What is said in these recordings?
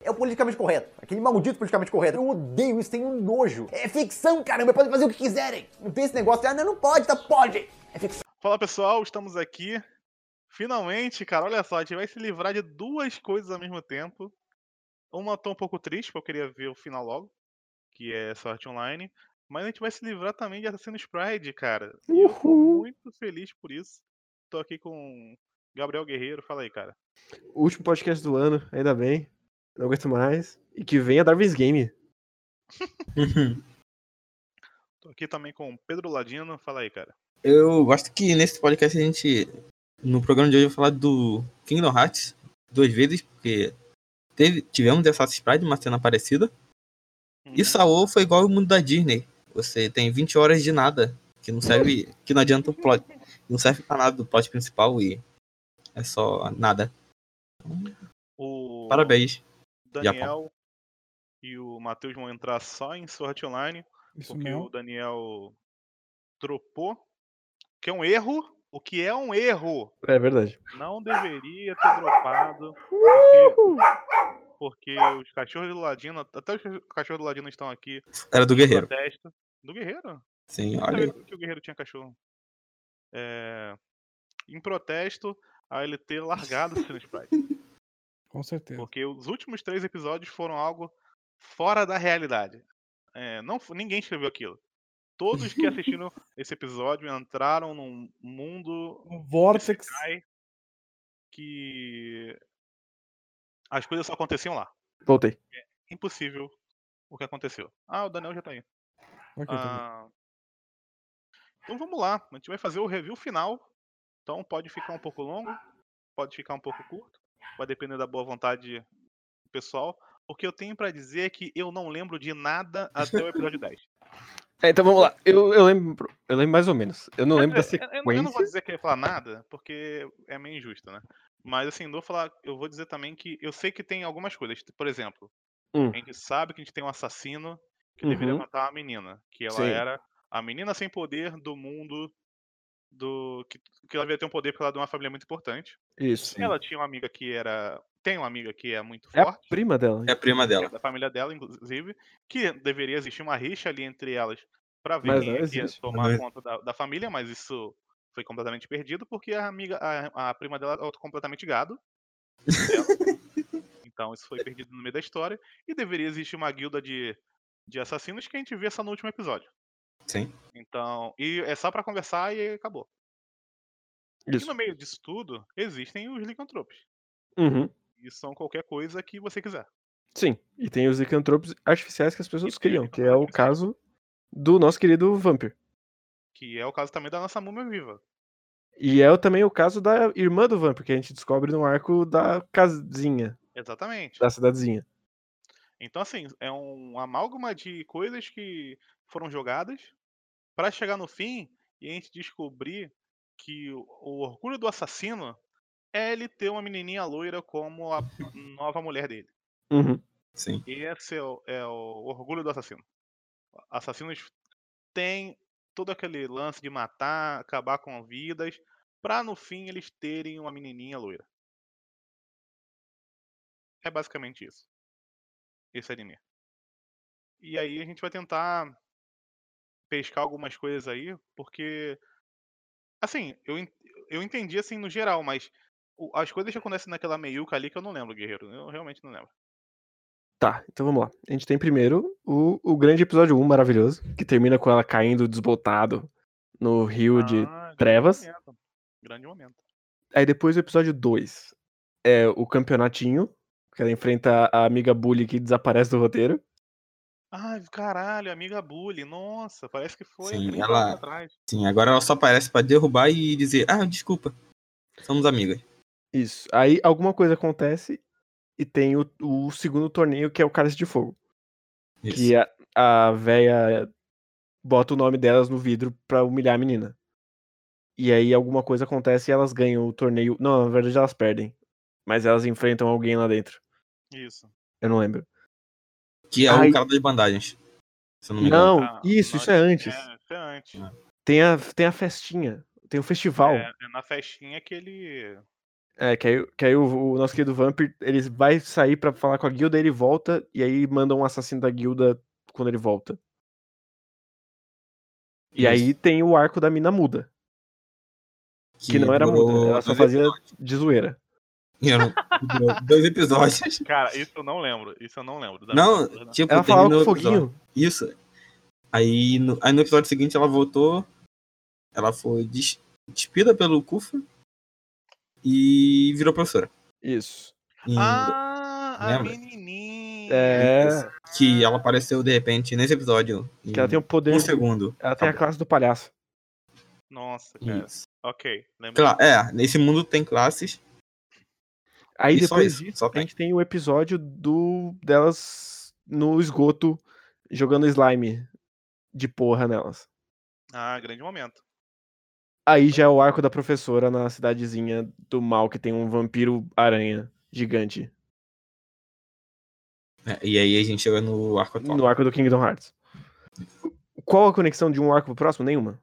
É politicamente correto. Aquele maldito politicamente correto. Eu odeio isso, tenho nojo. É ficção, caramba, podem fazer o que quiserem. Não tem esse negócio de, ah, não, não pode, tá, pode. É ficção. Fala pessoal, estamos aqui. Finalmente, cara, olha só, a gente vai se livrar de duas coisas ao mesmo tempo. Uma eu tô um pouco triste, porque eu queria ver o final logo, que é Sorte Online. Mas a gente vai se livrar também de Assassin's Pride, cara. E eu tô Uhul. muito feliz por isso. Tô aqui com Gabriel Guerreiro, fala aí, cara. Último podcast do ano, ainda bem. Não aguento mais. E que venha Darwin's Game. Uhum. Tô aqui também com Pedro Ladino, fala aí, cara. Eu gosto que nesse podcast a gente. No programa de hoje eu vou falar do Kingdom Hearts duas vezes, porque teve, tivemos Assassin's Pride, uma cena parecida. Uhum. E Saô foi igual o mundo da Disney. Você tem 20 horas de nada, que não serve. que não adianta o plot. Não serve pra nada do plot principal e. É só nada. O Parabéns. Daniel e o Matheus vão entrar só em Sword Online, Isso porque mesmo. o Daniel dropou, que é um erro, o que é um erro. É verdade. Não deveria ter dropado, porque, porque os cachorros do Ladino, até os cachorros do Ladino estão aqui Era do em Guerreiro. protesto. Do Guerreiro? Sim, Eu olha. aí. sabia que o Guerreiro tinha cachorro. É, em protesto a ele ter largado o Sinus Pride. Com certeza. Porque os últimos três episódios foram algo fora da realidade. É, não, f- ninguém escreveu aquilo. Todos que assistiram esse episódio entraram num mundo Um Vortex. ai, que as coisas só aconteciam lá. Voltei. Impossível o que aconteceu. Ah, o Daniel já tá aí. é Ok, tá Ah, Então vamos lá, a gente vai fazer o review final. Então pode ficar um pouco longo, pode ficar um pouco curto, vai depender da boa vontade do pessoal. O que eu tenho pra dizer é que eu não lembro de nada até o episódio 10. É, então vamos lá. Eu, eu lembro. Eu lembro mais ou menos. Eu não lembro da Eu- eu- É, Eu, não vou sequência. dizer que eu ia falar nada, porque é meio injusto, né? Mas assim, eu vou falar, eu vou dizer também que eu sei que tem algumas coisas. Por exemplo, Hum. a gente sabe que a gente tem um assassino que deveria Uhum. matar uma menina, que ela Sim. era a menina sem poder do mundo do que, que ela devia ter um poder porque ela é de uma família muito importante. Isso. Ela tinha uma amiga que era tem uma amiga que é muito É a forte prima dela. É a prima é dela. da família dela, inclusive, que deveria existir uma rixa ali entre elas pra ver Mas quem não é que ia existe. tomar Não é. conta da, da família, mas isso foi completamente perdido porque a amiga, a, a prima dela é completamente gado. dela. então isso foi perdido no meio da história e deveria existir uma guilda de, de assassinos que a gente vê só no último episódio. Sim. Então, e é só pra conversar e acabou. E Isso. no meio disso tudo, existem os licantropos. Uhum. E são qualquer coisa que você quiser. Sim. E tem os licantropos artificiais que as pessoas E tem criam, os que é o licantropos caso do nosso querido Vampir. Que é o caso também da nossa múmia viva. E é o- também o caso da irmã do Vampir, que a gente descobre no arco da casinha, Exatamente. da cidadezinha. Então, assim, é um amálgama de coisas que foram jogadas pra chegar no fim e a gente descobrir que o o orgulho do assassino é ele ter uma menininha loira como a nova mulher dele. Uhum. Sim. E esse é o, é o orgulho do assassino. Assassinos têm todo aquele lance de matar, acabar com vidas, pra no fim eles terem uma menininha loira. É basicamente isso. Esse anime. E aí a gente vai tentar pescar algumas coisas aí, porque assim, eu, en- eu entendi assim no geral, mas o- as coisas que acontecem naquela meiuca ali que eu não lembro, guerreiro. Eu realmente não lembro. Tá, então vamos lá. A gente tem primeiro o, o grande episódio 1 maravilhoso, que termina com ela caindo desbotado no rio de. Ah, grande trevas. momento. Grande momento. Aí depois o episódio 2 é o campeonatinho, que ela enfrenta a amiga Bully que desaparece do roteiro. Ai, caralho, amiga Bully, nossa, parece que foi há Sim, 30 ela- anos atrás. Sim, agora ela só aparece pra derrubar e dizer: Ah, desculpa. Somos amigas. Isso. Aí alguma coisa acontece e tem o, o segundo torneio, que é o Cálice de Fogo. Isso. Que a, a véia bota o nome delas no vidro pra humilhar a menina. E aí alguma coisa acontece e elas ganham o torneio. Não, na verdade elas perdem. Mas elas enfrentam alguém lá dentro. Isso. Eu não lembro. Que é Ai. o cara das bandagens. Se eu não me engano. Não, Ah, isso, nós- isso é antes. Né. É, isso é antes. É. Tem, a, tem a festinha. Tem o festival. É, é na festinha que ele. É, que aí, que aí o, o nosso querido Vampir, ele vai sair pra falar com a guilda, ele volta, e aí manda um assassino da guilda quando ele volta. E aí tem o arco da mina muda, que, não era durou muda, ela só dois fazia de zoeira. episódios. Durou dois episódios. Cara, isso eu não lembro. Isso eu não lembro. da verdade, Não, né? tipo, Ela falava terminou com o episódio. foguinho. Isso. Aí no, aí no episódio seguinte ela voltou. Ela foi des- despida pelo Kufa e virou professora. Isso. E- Ah, a Lembra? menininha. É, Isso. Que ela apareceu de repente nesse episódio. Em que ela tem o poder, um segundo. ela tem a classe do palhaço. Nossa, É. cara. Isso. Ok, lembrei. Cla- É, nesse mundo tem classes. Aí e só depois isso. Só a tem. gente tem o episódio do delas no esgoto jogando slime de porra nelas. Ah, grande momento. Aí já é o arco da professora na cidadezinha do mal que tem um vampiro aranha gigante É, e aí a gente chega no arco atual. no arco do Kingdom Hearts. Qual a conexão de um arco pro próximo? Nenhuma.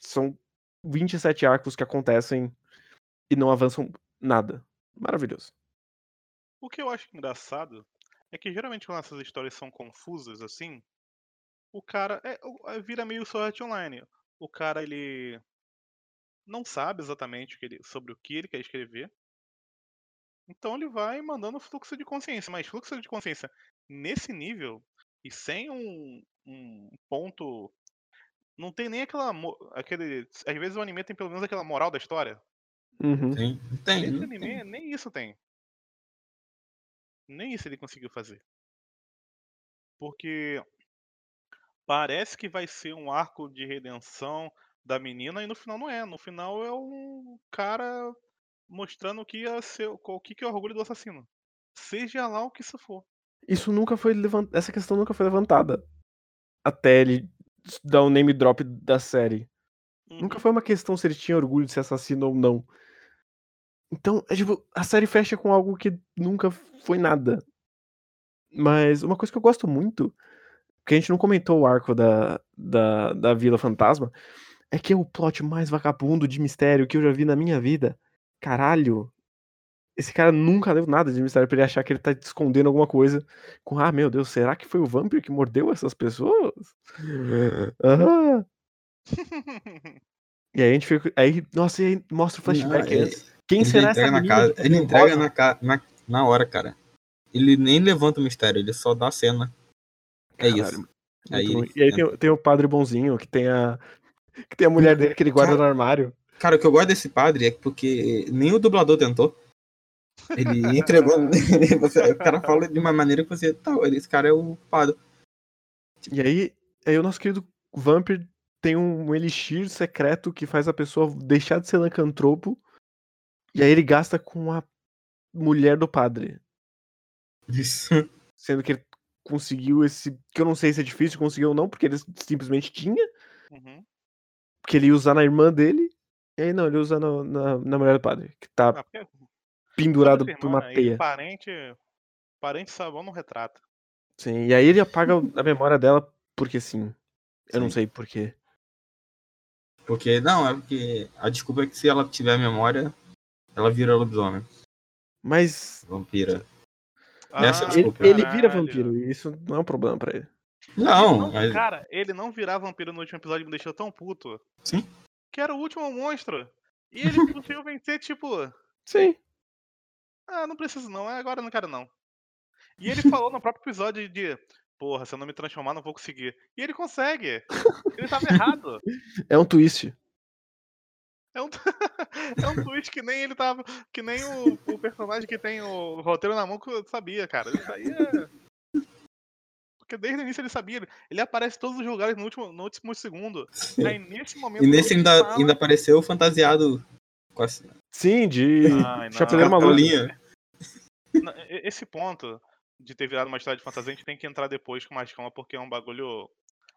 São 27 arcos que acontecem e não avançam nada. Maravilhoso. O que eu acho engraçado é que geralmente quando essas histórias são confusas assim, o cara é, o- é, vira meio sorte online. O cara ele não sabe exatamente o que ele- sobre o que ele quer escrever. Então ele vai mandando fluxo de consciência, mas fluxo de consciência nesse nível e sem um, um ponto não tem nem aquela mo- aquele às vezes o anime tem pelo menos aquela moral da história. Uhum. Tem, tem. né? Esse não tem. anime, nem isso tem. Nem isso ele conseguiu fazer. Porque parece que vai ser um arco de redenção da menina e no final não é. No final é um cara mostrando o que ia ser, o que que é o orgulho do assassino. Seja lá o que isso for. Isso nunca foi levantada. Essa questão nunca foi levantada. Até ele dar o name drop da série. Nunca foi uma questão se ele tinha orgulho de ser assassino ou não. Então, é tipo, a série fecha com algo que nunca foi nada. Mas uma coisa que eu gosto muito, que a gente não comentou o arco da, da, da Vila Fantasma, é que é o plot mais vagabundo de mistério que eu já vi na minha vida. Caralho! Esse cara nunca leu nada de mistério pra ele achar que ele tá escondendo alguma coisa. Com, ah, meu Deus, será que foi o Vampiro que mordeu essas pessoas? Ah! E aí a gente fica. Aí, nossa, e aí mostra o flashback Não, antes. Quem Ele será essa entrega na menina? casa. que tá Ele entrega nervosa? na, ca- na, na hora, cara. Ele nem levanta o mistério, ele só dá a cena. É Caralho, isso. muito Aí ruim. ele- e aí tem, tem o padre bonzinho, que tem a. Que tem a Hum. mulher dele que ele guarda no armário. Cara, o que eu gosto desse padre é que porque nem o dublador tentou. Ele entregou. você- o cara fala de uma maneira que você. Tá, esse cara é o culpado. E aí, aí o nosso querido Vampir tem um, elixir secreto que faz a pessoa deixar de ser lancantropo. E aí ele gasta com a mulher do padre. Isso. Sendo que ele conseguiu esse. Que eu não sei se é difícil conseguir ou não, porque ele simplesmente tinha. Uhum. Porque ele ia usar na irmã dele. E aí não, ele usa no- na, na mulher do padre, que tá Ah, porque toda pendurado por semana uma aí, teia. Parente, parente sabão não retrata. Sim, e aí ele apaga o- a memória dela porque sim. Eu não Sim. sei porquê. Porque, não, é porque. A desculpa é que se ela tiver memória, ela vira lobisomem. Mas Vampira. Ah, ele, desculpa. ele vira caralho. vampiro e isso não é um problema pra ele. Não, Não, mas. Cara, ele não virar vampiro no último episódio me deixou tão puto. Sim. Que era o último monstro. E ele conseguiu vencer, tipo, Sim. ah, não preciso não, é agora eu não quero não. E ele falou no próprio episódio de, porra, se eu não me transformar, não vou conseguir. E ele consegue. Ele tava errado. É um twist. É um, é um twist que nem ele tava. Que nem o, o personagem que tem o roteiro na mão que eu sabia, cara. Isso aí é. Porque desde o início ele sabia. ele- Ele aparece em todos os lugares no último, no último segundo. Aí nesse momento. E nesse ele ainda, fala- ainda apareceu fantasiado com a Sim, de Ai, Chapeleiro não. Maluco. cartolinha. Não, e- Esse ponto de ter virado uma história de fantasia, a gente tem que entrar depois com mais calma, porque é um bagulho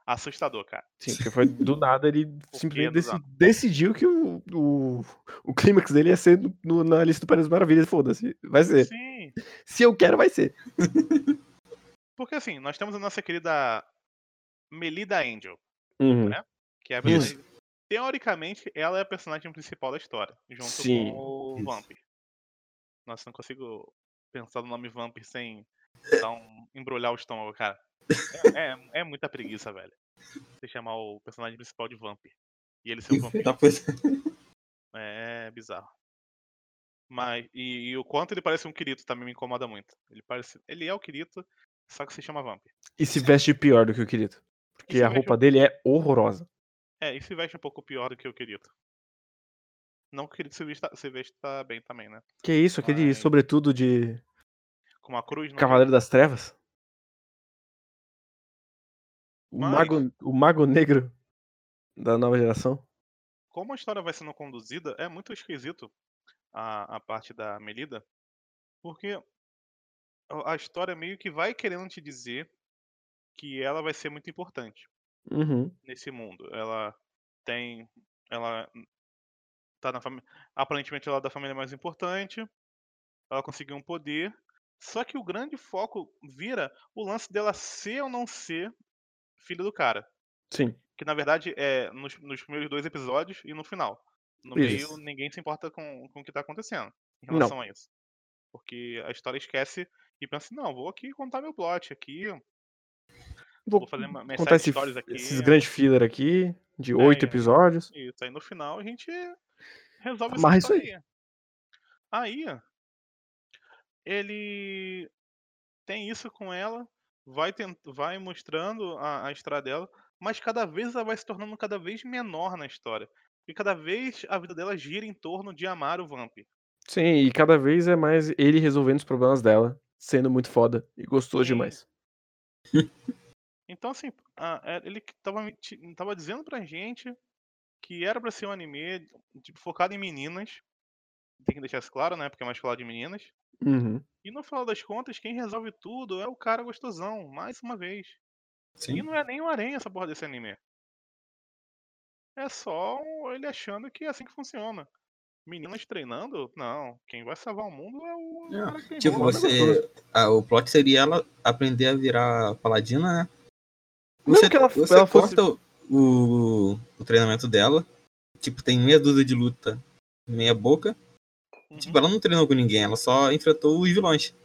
assustador, cara. Sim, porque foi do nada ele simplesmente do deci- nada? decidiu que o, o, o clímax dele ia ser no- no- na lista do Paris Maravilhas. Foda-se. Vai ser. Sim. Se eu quero, vai ser. Porque assim, nós temos a nossa querida Melida Angel. Uhum. Que é a Isso. personagem. Teoricamente, ela é a personagem principal da história, junto Sim. com o Isso. Vamp. Nossa, não consigo pensar no nome Vamp sem É. dar um, embrulhar o estômago, cara. É, é- é muita preguiça, velho. Você chamar o personagem principal de Vamp. E ele ser um vampiro. Tá pois- É bizarro. Mas, e, e o quanto ele parece um Kirito também me incomoda muito. Ele, parece, ele é o Kirito, só que se chama Vamp. E se veste pior do que o Kirito. Porque se a veste- roupa dele é horrorosa. É, e se veste um pouco pior do que o Kirito. Não que o Kirito se vista, se vesta bem também, né? Que isso, aquele Ai. Uhum. sobretudo de Com uma cruz no Cavaleiro das Trevas? O, Mas- mago, o Mago Negro da nova geração? como a história vai sendo conduzida, é muito esquisito a, a parte da Melida, porque a a história meio que vai querendo te dizer que ela vai ser muito importante Uhum. nesse mundo. Ela tem. Ela tá na família. Aparentemente ela é da família mais importante. Ela conseguiu um poder. Só que o grande foco vira o lance dela ser ou não ser filho do cara. Sim. Que na verdade é nos, nos primeiros dois episódios e no final. No Isso. meio, ninguém se importa com, com o que tá acontecendo em Não. relação a isso. Porque a história esquece e pensa, não, vou aqui contar meu plot aqui. Vou, Vou fazer uma- minhas contar side esse- stories aqui. esses grandes filler aqui, de oito é. episódios. Isso, aí no final a gente resolve essa Amarra isso aí. história aí. Aí, ele tem isso com ela, vai, tent... vai mostrando a, a história dela, mas cada vez ela vai se tornando cada vez menor na história. E cada vez a vida dela gira em torno de amar o Vamp. Sim, e cada vez é mais ele resolvendo os problemas dela, sendo muito foda e gostoso Sim. demais. Então, assim, a- é- ele que tava, me ti- tava dizendo pra gente que era pra ser um anime de- focado em meninas. Tem que deixar isso claro, né? Porque é mais falado de meninas. Uhum. E no final das contas, quem resolve tudo é o cara gostosão, mais uma vez. E Sim. não é nem o aranha essa porra desse anime. É só um- ele achando que é assim que funciona. Meninas treinando? Não. Quem vai salvar o mundo é o É, cara que tem Tipo, bola, né? você. ah, o plot seria ela aprender a virar paladina, né? Não Você, que ela- você ela fosse- corta o, o- o treinamento dela. Tipo, tem meia dúzia de luta, meia boca. Uhum. Tipo, ela não treinou com ninguém, ela só enfrentou os vilões.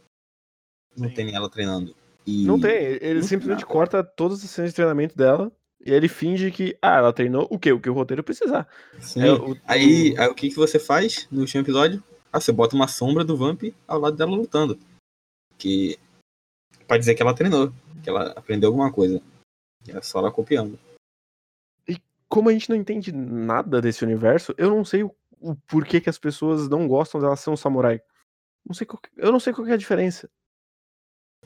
Não Sim. tem ela treinando. E- Não tem, ele Não simplesmente tem corta todas as cenas de treinamento dela e ele finge que, ah, ela treinou o quê? O que o roteiro precisar. Sim. É, o- Aí, aí o que, que você faz no último episódio? Ah, você bota uma sombra do Vamp ao lado dela lutando. Que. Pra dizer que ela treinou, que ela aprendeu alguma coisa. É só ela copiando. como a gente não entende nada desse universo, eu não sei o, o porquê que as pessoas não gostam dela ser um samurai. Não sei qual que- eu não sei qual que é a diferença.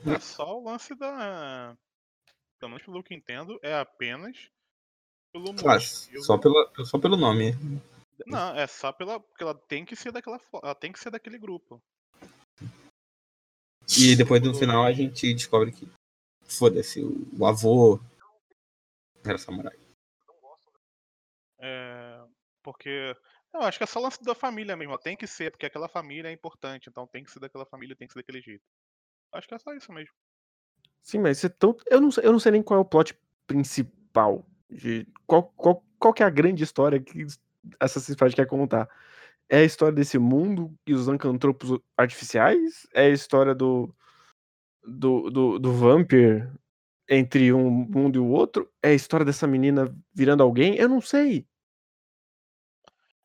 É só o lance da. Pelo menos pelo que entendo, é apenas pelo Claro, motivo- Ah, só, pela, só pelo nome. Não, é só pela. Porque ela tem que ser daquela fo- Ela tem que ser daquele grupo. E depois no final a gente descobre que. Foda-se, o, o avô era samurai. É, porque. Eu acho que é só o lance da família mesmo. ó, Tem que ser, porque aquela família é importante. Então tem que ser daquela família, tem que ser daquele jeito. Acho que é só isso mesmo. Sim, mas é tão, eu, não, sei- eu não sei nem qual é o plot principal. De, qual, qual, qual que é a grande história que Assassin's Creed quer contar? É a história desse mundo e os ancantropos artificiais? É a história do, do, do, do vampir entre um mundo e o outro? É a história dessa menina virando alguém? Eu não sei.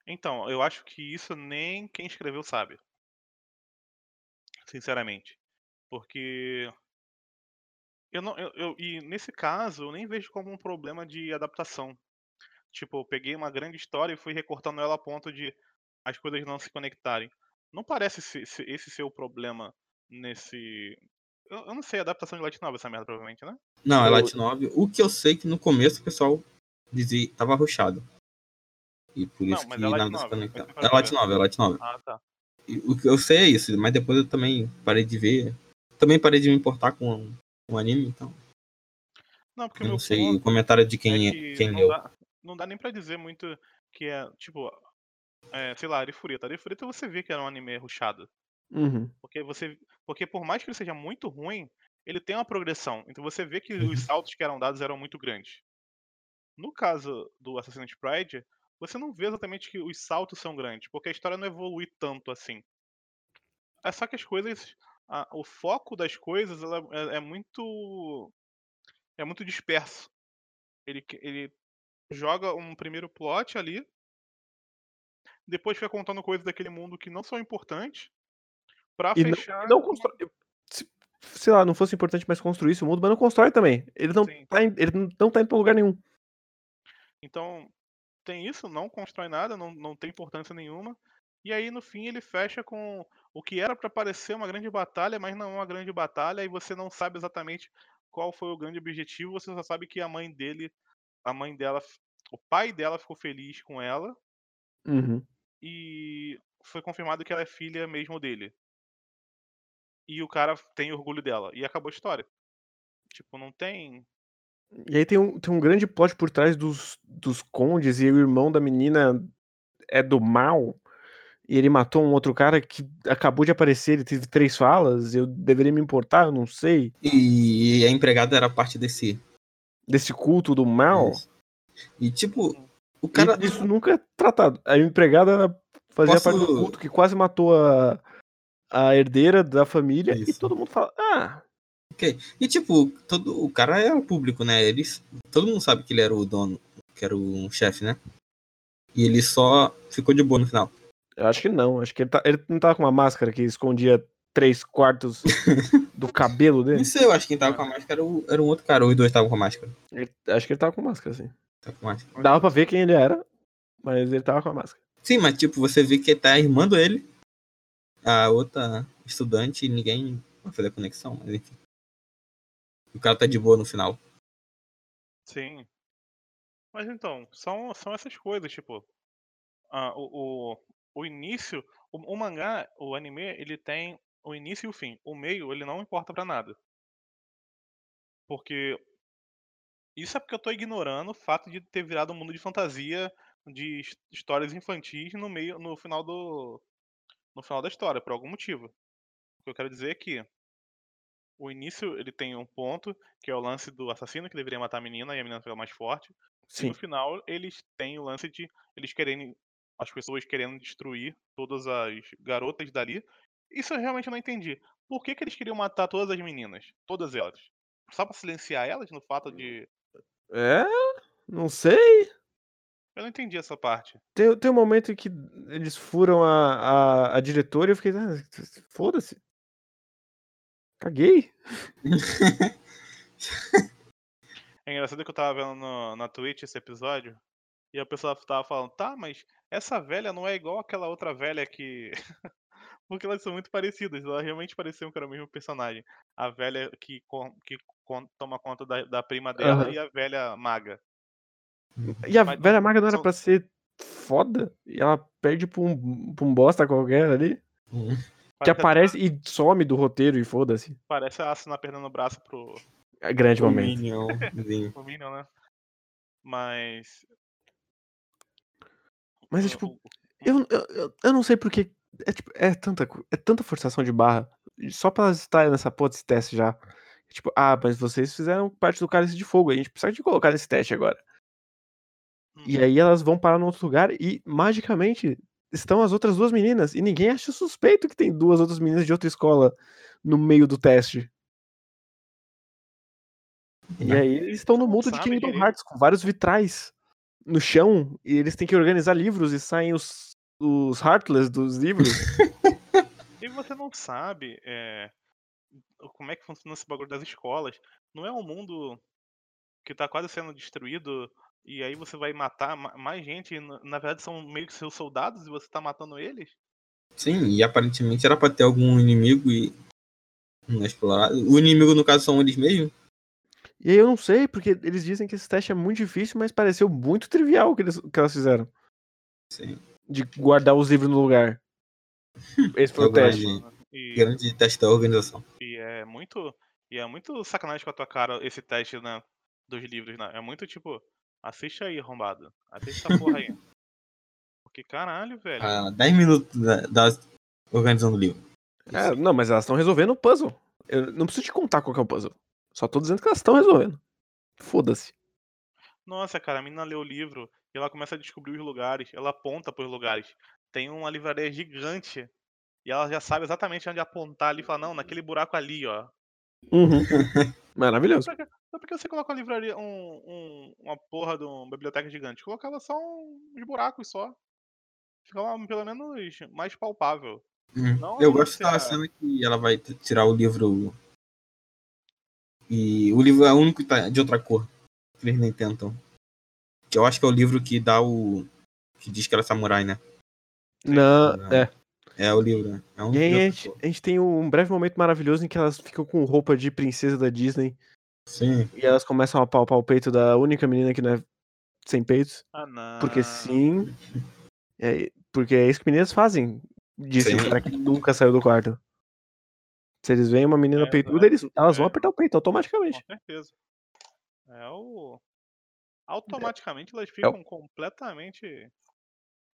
Então, eu acho que isso nem quem escreveu sabe. Sinceramente. Porque. Eu não, eu, eu- e nesse caso, eu nem vejo como um problema de adaptação. Tipo, eu peguei uma grande história e fui recortando ela a ponto de as coisas não se conectarem. Não parece se- se- esse ser o problema nesse. Eu, eu não sei, adaptação de Light Novel, essa merda, provavelmente, né? Não, é Eu- Light 9. O que eu sei é que no começo o pessoal dizia tava ruxado. E por Não, isso mas que é Light nada se Novel, conectava. mas você vai É Light ver. 9, é Light 9. Ah, tá. E O que eu sei é isso, mas depois eu também parei de ver. Também parei de me importar com o anime, então. Não, porque o Eu meu não sei ponto- o comentário de é quem, que é, quem não leu. Dá, não dá nem pra dizer muito que é, tipo, é, sei lá, Arifureta. Arifureta você vê que era um anime ruchado. Uhum. Porque, você, porque por mais que ele seja muito ruim, ele tem uma progressão. Então você vê que Uhum. os saltos que eram dados eram muito grandes. No caso do Assassin's Pride, você não vê exatamente que os saltos são grandes, porque a história não evolui tanto assim. É só que as coisas. a- o foco das coisas ela é, é muito. É muito disperso. Ele, que- ele joga um primeiro plot ali. Depois fica contando coisas daquele mundo que não são importantes. Pra E não- fechar. Não constrói. se- Sei lá, não fosse importante mais construir esse mundo, mas não constrói também. Ele não, Sim. tá, em- ele não tá indo pra lugar nenhum. Então, tem isso, não constrói nada, não, não tem importância nenhuma. E aí, no fim, ele fecha com o que era para parecer uma grande batalha, mas não é uma grande batalha, e você não sabe exatamente qual foi o grande objetivo, você só sabe que a mãe dele, a mãe dela, f- o pai dela ficou feliz com ela, Uhum. e foi confirmado que ela é filha mesmo dele. E o cara tem orgulho dela, e acabou a história. Tipo, não tem. E aí tem um, tem um grande plot por trás dos, dos condes e o irmão da menina é do mal. E ele matou um outro cara que acabou de aparecer, ele teve três falas, eu deveria me importar, eu não sei. E a empregada era parte desse. Desse culto do mal. E tipo, Hum. o E cara. isso nunca é tratado. A empregada ela fazia Posso- parte do culto que quase matou a, a herdeira da família e Isso. todo mundo fala: Ah, E tipo, todo, o cara era público, né? Eles, todo mundo sabe que ele era o dono, que era o chefe, né? E ele só ficou de boa no final. eu acho que não. Acho que ele, tá- ele não tava com uma máscara que escondia três quartos do cabelo Não dele. sei, eu acho que quem tava com a máscara era, o- era um outro cara, ou os dois estavam com a máscara. Ele- acho que ele tava com máscara, assim. Tava com a máscara. Dava pra ver quem ele era, mas ele tava com a máscara. Sim, mas tipo, você vê que tá irmando ele, a outra estudante, e ninguém vai fazer a conexão, mas enfim. O cara tá de boa no final. Sim. Mas então, são, são essas coisas, tipo. ah, o, o, o início. O, o mangá, o anime, ele tem o início e o fim. O meio, ele não importa pra nada. Porque. Isso é porque eu tô ignorando o fato de ter virado um mundo de fantasia, de his- histórias infantis no meio, no final do. No final da história, por algum motivo. O que eu quero dizer é que o início ele tem um ponto, que é o lance do assassino que deveria matar a menina e a menina fica mais forte. E Sim. no final eles têm o lance de eles querendo as pessoas querendo destruir todas as garotas dali. Isso eu realmente não entendi. Por que, que eles queriam matar todas as meninas? Todas elas. Só pra silenciar elas no fato de. É, não sei. Eu não entendi essa parte. Tem, tem um momento em que eles furam a, a, a diretora e eu fiquei, ah, foda-se. Caguei. É engraçado que eu tava vendo no- na Twitch esse episódio. E a pessoa tava falando, tá, mas essa velha não é igual aquela outra velha que. Porque elas são muito parecidas, elas realmente pareciam que era o mesmo personagem. A velha que, con- que con- toma conta da, da prima dela Aham. e a velha maga. E a Mas velha maga não era são- pra ser foda? E ela perde pra um, pra um bosta qualquer ali? Que Parece, aparece e some do roteiro e foda-se. parece a Asuna perdendo o braço pro, É grande momento. Minhãozinho. pro Minion, né? Mas. Mas é o- tipo, o- eu, eu, eu- eu não sei porque. É, tipo, é, tanta, co- é tanta forçação de barra. e Só pra elas estarem nessa porra desse teste já. Tipo, ah, mas vocês fizeram parte do cálice de fogo. A gente precisa de colocar nesse teste agora. E Uhum. aí elas vão parar num outro lugar e, magicamente, estão as outras duas meninas. E ninguém acha suspeito que tem duas outras meninas de outra escola no meio do teste. E Né? aí eles estão no mundo de sabe Kingdom direito. Hearts, com vários vitrais no chão, e eles têm que organizar livros e saem os, os Heartless dos livros. E você não sabe é, o- como é que funciona esse bagulho das escolas. Não é um mundo que tá quase sendo destruído e aí você vai matar ma- mais gente. e Na na verdade, são meio que seus soldados e você tá matando eles? Sim, e aparentemente era pra ter algum inimigo e. Não é explorado. O inimigo, no caso, são eles mesmos. e aí eu não sei, porque eles dizem que esse teste é muito difícil, mas pareceu muito trivial o que, eles, o que elas fizeram. Sim. De guardar os livros no lugar. Esse foi o Agora, teste. gente, E, Grande teste da organização. e é muito. E é muito sacanagem com a tua cara esse teste né, dos livros, né? É muito tipo, assiste aí, arrombado. Assiste essa porra aí. Porque caralho, velho. Ah, 10 minutos da, da- organizando o livro. É, não, mas elas estão resolvendo o puzzle. Eu não preciso te contar qual que é o puzzle. Só tô dizendo que elas estão resolvendo. Foda-se. Nossa, cara, a menina lê o livro e ela começa a descobrir os lugares, ela aponta pros lugares. Tem uma livraria gigante E ela já sabe exatamente onde apontar ali e falar, não, naquele buraco ali, ó. Uhum. Maravilhoso. Então por que você colocou uma livraria, um, um- uma porra de uma biblioteca gigante? Colocava só um- uns buracos só. Ficava pelo menos mais palpável. Uhum. Não, Eu não gosto sei, da é. cena que ela vai t- tirar o livro. E o livro é o único que tá de outra cor. Que eles nem tentam. Que eu acho que é o livro que dá o. Que diz que era samurai, né? Não, é. É o livro, né? É um E aí de a outra gente, cor. a gente tem um breve momento maravilhoso em que elas ficam com roupa de princesa da Disney Sim. e elas começam a palpar o peito da única menina que não é sem peitos. Ah, não. Porque sim. É, porque é isso que meninas fazem. Disse o Sim. cara que nunca saiu do quarto. Se eles veem uma menina É, peituda, eles, elas vão É. apertar o peito Com automaticamente. certeza. É o. É. Automaticamente elas ficam completamente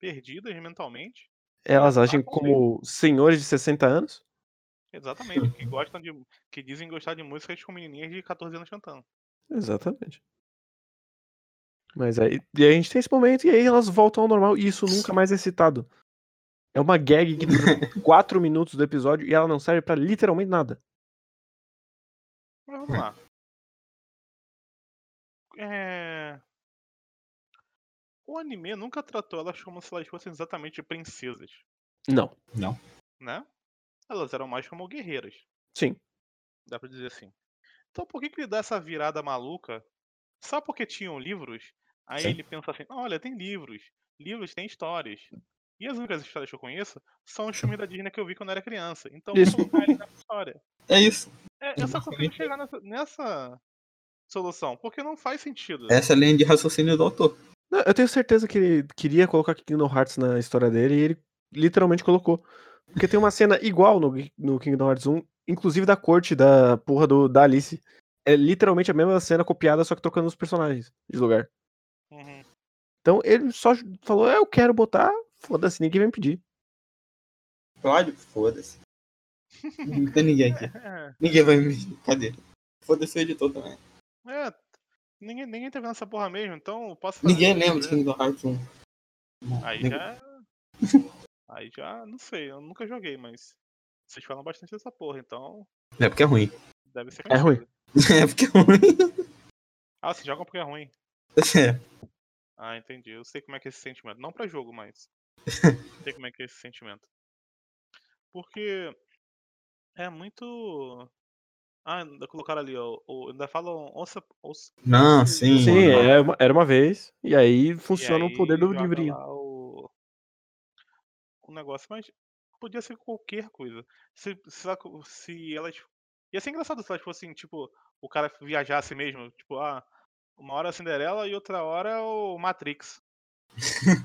perdidas mentalmente. Elas Ah, agem com como senhores de 60 anos. Exatamente. Que gostam de. Que dizem gostar de músicas com menininhas de 14 anos cantando. Exatamente. Mas aí, e aí a gente tem esse momento e aí elas voltam ao normal e isso nunca mais é citado. É uma gag que dura 4 minutos do episódio e ela não serve pra literalmente nada. Mas vamos lá. É... O anime nunca tratou elas como se elas fossem exatamente princesas, Não. né? Elas eram mais como guerreiras, Sim. dá pra dizer assim. Então por que, que ele dá essa virada maluca? Só porque tinham livros? Aí Sim. ele pensa assim, olha, tem livros. Livros têm histórias. E as únicas histórias que eu conheço são os filmes da Disney que eu vi quando era criança. Então Isso. vou colocar eles na história. É isso. É, eu só consigo Exatamente. chegar nessa, nessa solução, porque não faz sentido. Essa é a linha de raciocínio do autor. Não, Eu tenho certeza que ele queria colocar Kingdom Hearts na história dele e ele literalmente colocou. Porque tem uma cena igual no, no Kingdom Hearts 1, inclusive da corte da porra do, da Alice. É literalmente a mesma cena copiada, só que trocando os personagens de lugar. Uhum. Então ele só falou, "É, eu quero botar, foda-se, ninguém vai me pedir. Claro, foda-se. Não tem ninguém aqui. É, Ninguém vai me. Cadê? Foda-se o editor também. é, ninguém, ninguém tá vendo essa porra mesmo, então eu posso fazer Ninguém o que eu Né? lembra assim quiser. de Kingdom Hearts 1. Aí Ninguém- já. Aí já, não sei, eu nunca joguei, mas. Vocês falam bastante dessa porra, então É porque é ruim. deve ser É ruim. conhecido. É porque é ruim. Ah, vocês jogam porque é ruim. É. Ah, entendi. Eu sei como é que é esse sentimento. Não pra jogo, mas. sei como é que é esse sentimento. Porque. É muito. Ah, ainda colocaram ali, ó. o- ainda falam. Onça, onça, Não, sim. Sim, é uma- era uma vez, e aí Uhum. E funciona aí o poder do joga livrinho. lá O... o negócio, mas podia ser qualquer coisa. Se, se, ela co- se elas. Ia ser engraçado se elas fossem, tipo, o cara viajasse mesmo. Tipo, ah, uma hora a Cinderela e outra hora o Matrix.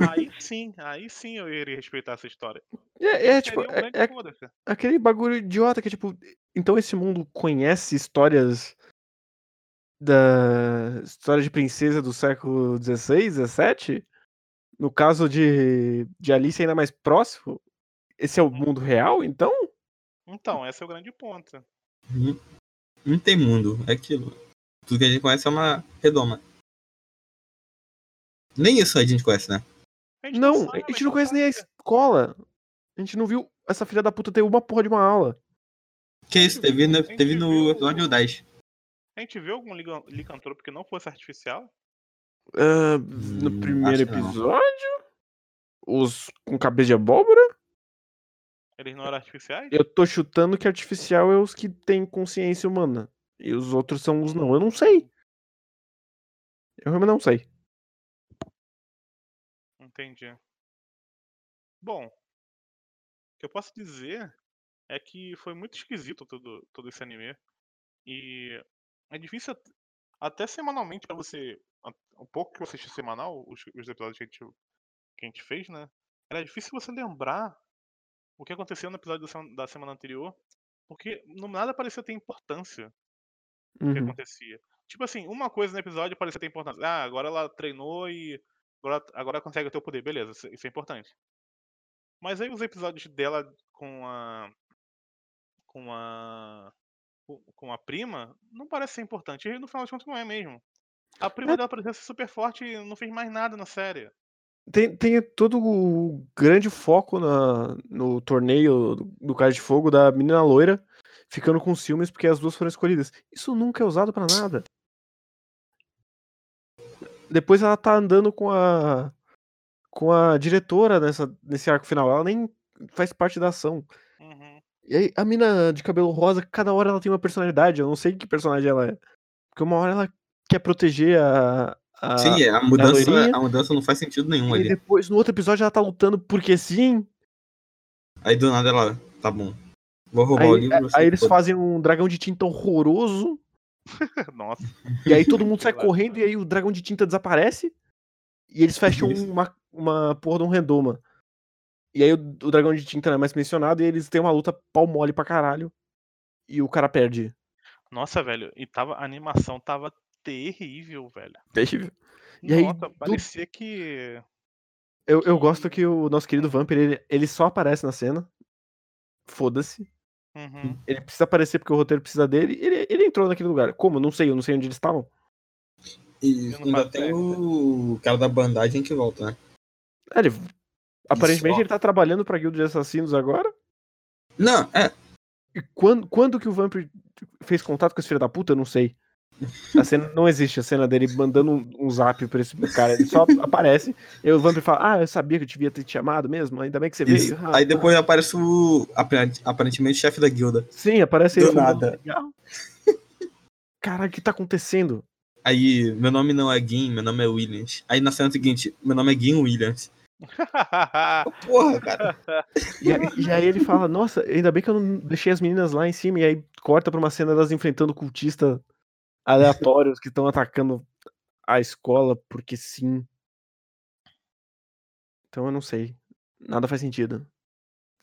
aí sim, aí sim eu iria respeitar essa história. É, é, tipo, Seria um é- grande é foda-se. aquele bagulho idiota que, tipo, então esse mundo conhece histórias da história de princesa do século XVI, XVII? No caso de, de Alice ainda mais próximo, esse é o mundo real, então? Então, esse é o grande ponto. Não tem mundo, é aquilo. Tudo que a gente conhece é uma redoma. Nem isso a gente conhece, né? A gente Não, sabe, a gente não conhece nem a sabe. escola. A gente não viu essa filha da puta ter uma porra de uma aula. Que isso, teve, no- A gente teve no viu- episódio 10. A gente viu algum ligan- licantropo que não fosse artificial? Ah, Hum, no primeiro acho que não. episódio? Os com cabeça de abóbora? Eles não eram artificiais? Eu tô chutando que artificial é os que têm consciência humana. E os outros são os não. Eu não sei. Eu realmente não sei. Entendi. Bom, o que eu posso dizer é que foi muito esquisito todo, todo esse anime. E é difícil at- até semanalmente pra você. a- O pouco que eu assisti semanal, os, os episódios que a, gente, que a gente fez, né? Era difícil você lembrar o que aconteceu no episódio da semana, da semana anterior. Porque no- nada parecia ter importância que Uhum. acontecia. Tipo assim, uma coisa no episódio parecia ter importância. Ah, agora ela treinou e agora, agora ela consegue ter o poder. Beleza, isso- isso é importante. Mas aí os episódios dela com a. com a. com- com a prima não parece ser importante. E no final de contas não é mesmo. A prima É. dela parecia ser super forte e não fez mais nada na série. tem, tem todo o grande foco na, no torneio do, do Cara de Fogo da menina loira ficando com ciúmes porque as duas foram escolhidas. Isso nunca é usado pra nada. Depois ela tá andando com a com a diretora nessa, nesse arco final. Ela nem faz parte da ação. Uhum. E aí, a mina de cabelo rosa, cada hora ela tem uma personalidade. Eu não sei que personagem ela é. Porque uma hora ela quer proteger a. a Sim, é a mudança, loirinha. a mudança não faz sentido nenhum e ali. depois, no outro episódio, ela tá lutando porque sim. Aí do nada ela, tá bom. Vou roubar o Aí, livro. você aí eles pode. fazem um dragão de tinta horroroso. Nossa. E aí todo mundo sai Sei lá. correndo e aí o dragão de tinta desaparece. E eles fecham Isso. uma, uma porra de um redoma. E aí o, o dragão de tinta não é mais mencionado e eles têm uma luta pau mole pra caralho. E o cara perde. Nossa, velho. E tava, a animação tava terrível, velho. Terrível. E aí, Nossa, do- parecia que. Eu, eu gosto que o nosso querido Vampir, ele, ele só aparece na cena. Foda-se. Uhum. Ele precisa aparecer porque o roteiro precisa dele. Ele, ele entrou naquele lugar. Como? Não sei, eu não sei onde eles estavam. E Eu não ainda faço tem ideia. o cara da bandagem que volta, né? É, Ele, aparentemente só. ele tá trabalhando pra guilda de assassinos agora. Não, é. E quando, quando que o Vampir fez contato com esse filho da puta, eu não sei. A cena não existe, a cena dele mandando um, um zap pra esse cara. Ele só aparece. E o Vampir fala: Ah, eu sabia que eu devia ter te chamado mesmo, ainda bem que você Isso. veio. Ah, Aí depois aparece o. aparent- Aparentemente o chefe da guilda. Ah, Sim, aparece Do ele fumando nada. cigarro. Caralho, o que tá acontecendo? Aí, meu nome não é Gin, meu nome é Williams. Aí na cena seguinte, meu nome é Gin Williams. Ah, Porra, cara. E aí, e aí ele fala, nossa, ainda bem que eu não deixei as meninas lá em cima, e aí corta pra uma cena delas enfrentando cultistas aleatórios que estão atacando a escola, porque sim. Então eu não sei. Nada faz sentido.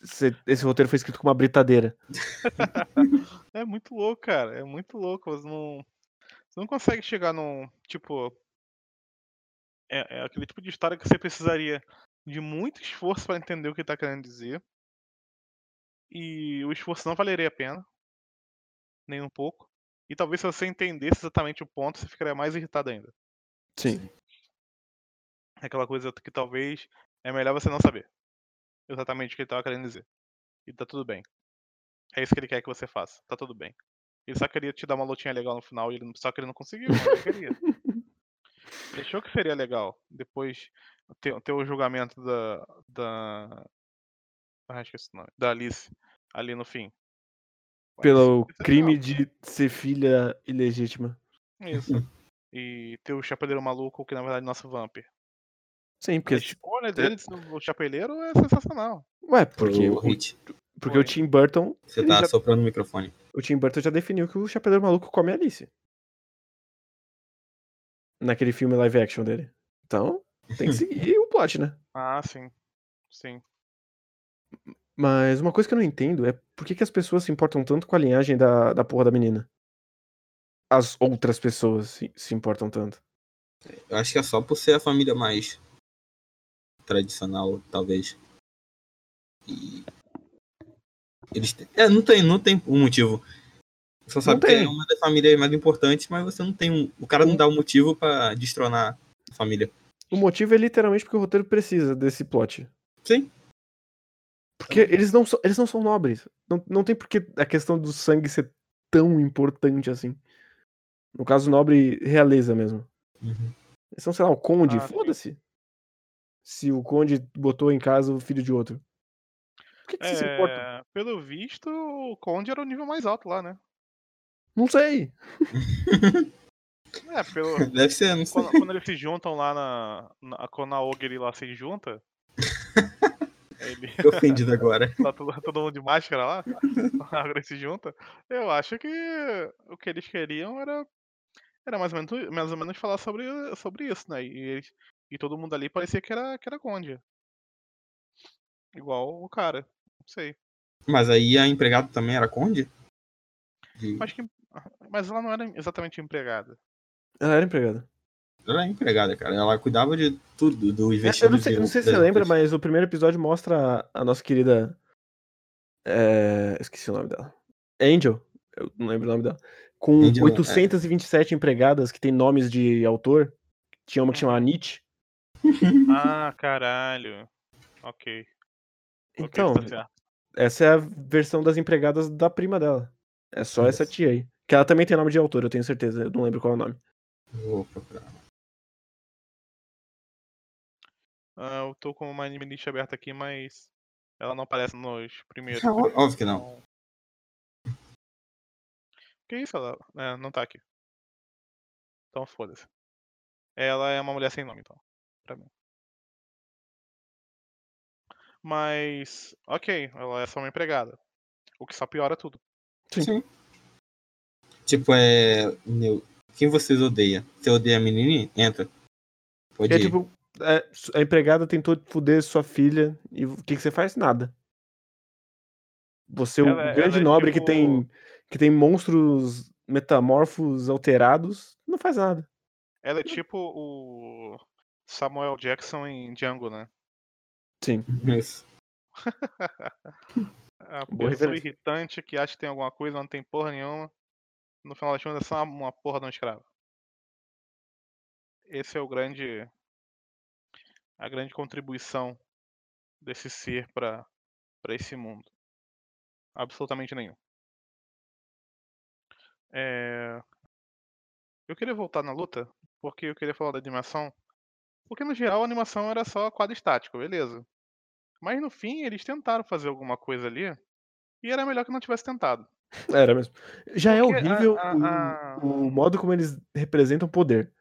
Esse, esse roteiro foi escrito com uma britadeira. é muito louco, cara. É muito louco. Você não, você não consegue chegar num. Tipo. É, é aquele tipo de história que você precisaria de muito esforço pra entender o que tá querendo dizer. E o esforço não valeria a pena. Nem um pouco. E talvez se você entendesse exatamente o ponto, você ficaria mais irritado ainda. Sim. É aquela coisa que talvez é melhor você não saber exatamente o que ele tava querendo dizer. E tá tudo bem. É isso que ele quer que você faça. Tá tudo bem. Ele só queria te dar uma lutinha legal no final e ele não- só que ele não conseguiu, mas ele queria. Ele achou que seria legal. Depois ter, ter o julgamento da. da. Ah, esqueci o nome. Da Alice ali no fim. Mas Pelo isso é crime de ser filha ilegítima. legal. Isso. E ter o chapeleiro maluco, que na verdade é nosso Vamp. Sim, A porque. escolha te- dele de ser o chapeleiro é sensacional. Ué, porque, Ô, o, Hit, porque o Oi. Tim Burton. você ele tá já- soprando o microfone. O Tim Burton já definiu que o Chapeleiro Maluco come a Alice. Naquele filme live action dele. Então, tem que seguir o plot, né? Ah, sim. Sim. Mas uma coisa que eu não entendo é por que, que as pessoas se importam tanto com a linhagem da, da porra da menina. As outras pessoas se, se importam tanto. Eu acho que é só por ser a família mais tradicional, talvez. E. Eles têm... É, não tem, não tem um motivo. Só sabe que tem. é uma das famílias mais importantes, mas você não tem um. O cara não dá um motivo pra destronar a família. O motivo é literalmente porque o roteiro precisa desse plot. Sim. Porque eles não, são, eles não são nobres. Não, não tem por que a questão do sangue ser tão importante assim. No caso, nobre realeza mesmo. Uhum. Eles são, sei lá, o Conde, Ah, sim. foda-se. Se o Conde botou em casa o filho de outro. Por que, que você se importa? É, pelo visto, o Conde era o nível mais alto lá, né? Não sei. É, pelo. Deve ser, não sei. quando, quando eles se juntam lá na. na- quando a Ogre lá se junta. Ele Fiquei ofendido agora. tá todo, todo mundo de máscara lá. A Ogre se junta. Eu acho que o que eles queriam era. Era mais ou menos, mais ou menos falar sobre, sobre isso, né? E, eles- e todo mundo ali parecia que era, que era Conde. Igual o cara. Não sei. Mas aí a empregada também era conde? De- Mas, que, mas ela não era exatamente empregada. Ela era empregada. Ela era empregada, cara. Ela cuidava de tudo, do investimento. Eu não sei, não sei se você lembra, mas o primeiro episódio mostra a, a nossa querida. é, esqueci o nome dela. Angel. Eu não lembro o nome dela. Com Angel, é. 827 empregadas que tem nomes de autor. Tinha uma que chamava Nietzsche. Ah, caralho. Ok. ok, Então, tá certo. essa é a versão das empregadas da prima dela. É só essa tia aí. Que ela também tem nome de autor, eu tenho certeza. Eu não lembro qual é o nome. Vou procurar. Ah, eu tô com uma anime list aberta aqui, mas ela não aparece nos primeiros. né? Então Ah, ó- óbvio que não. Que isso, ela é, não tá aqui. Então foda-se. Ela é uma mulher sem nome, então. Pra mim. Mas. Ok, ela é só uma empregada. O que só piora tudo. Tipo, é. Meu, quem vocês odeia? Você odeia a menininha? Entra. Pode É ir. tipo, é, su- a empregada tentou foder sua filha e o que, que você faz? Nada. Você é o Ela- ela grande é nobre que tipo- tem que tem monstros metamorfos alterados, não faz nada. Hum. Ela é tipo o Samuel Jackson em Django, né? Isso. A pessoa Boa referência. irritante que acha que tem alguma coisa, não tem porra nenhuma. No final das contas é só uma porra de um escravo. Esse é o grande. A grande contribuição desse ser pra, pra esse mundo. Absolutamente nenhum. É, Eu queria voltar na luta, porque eu queria falar da animação. Porque no geral a animação era só quadro estático, beleza. Mas no fim, eles tentaram fazer alguma coisa ali. E era melhor que não tivesse tentado. Era mesmo. Já é Porque ah, a- horrível a- o- a- o, modo como eles representam o poder.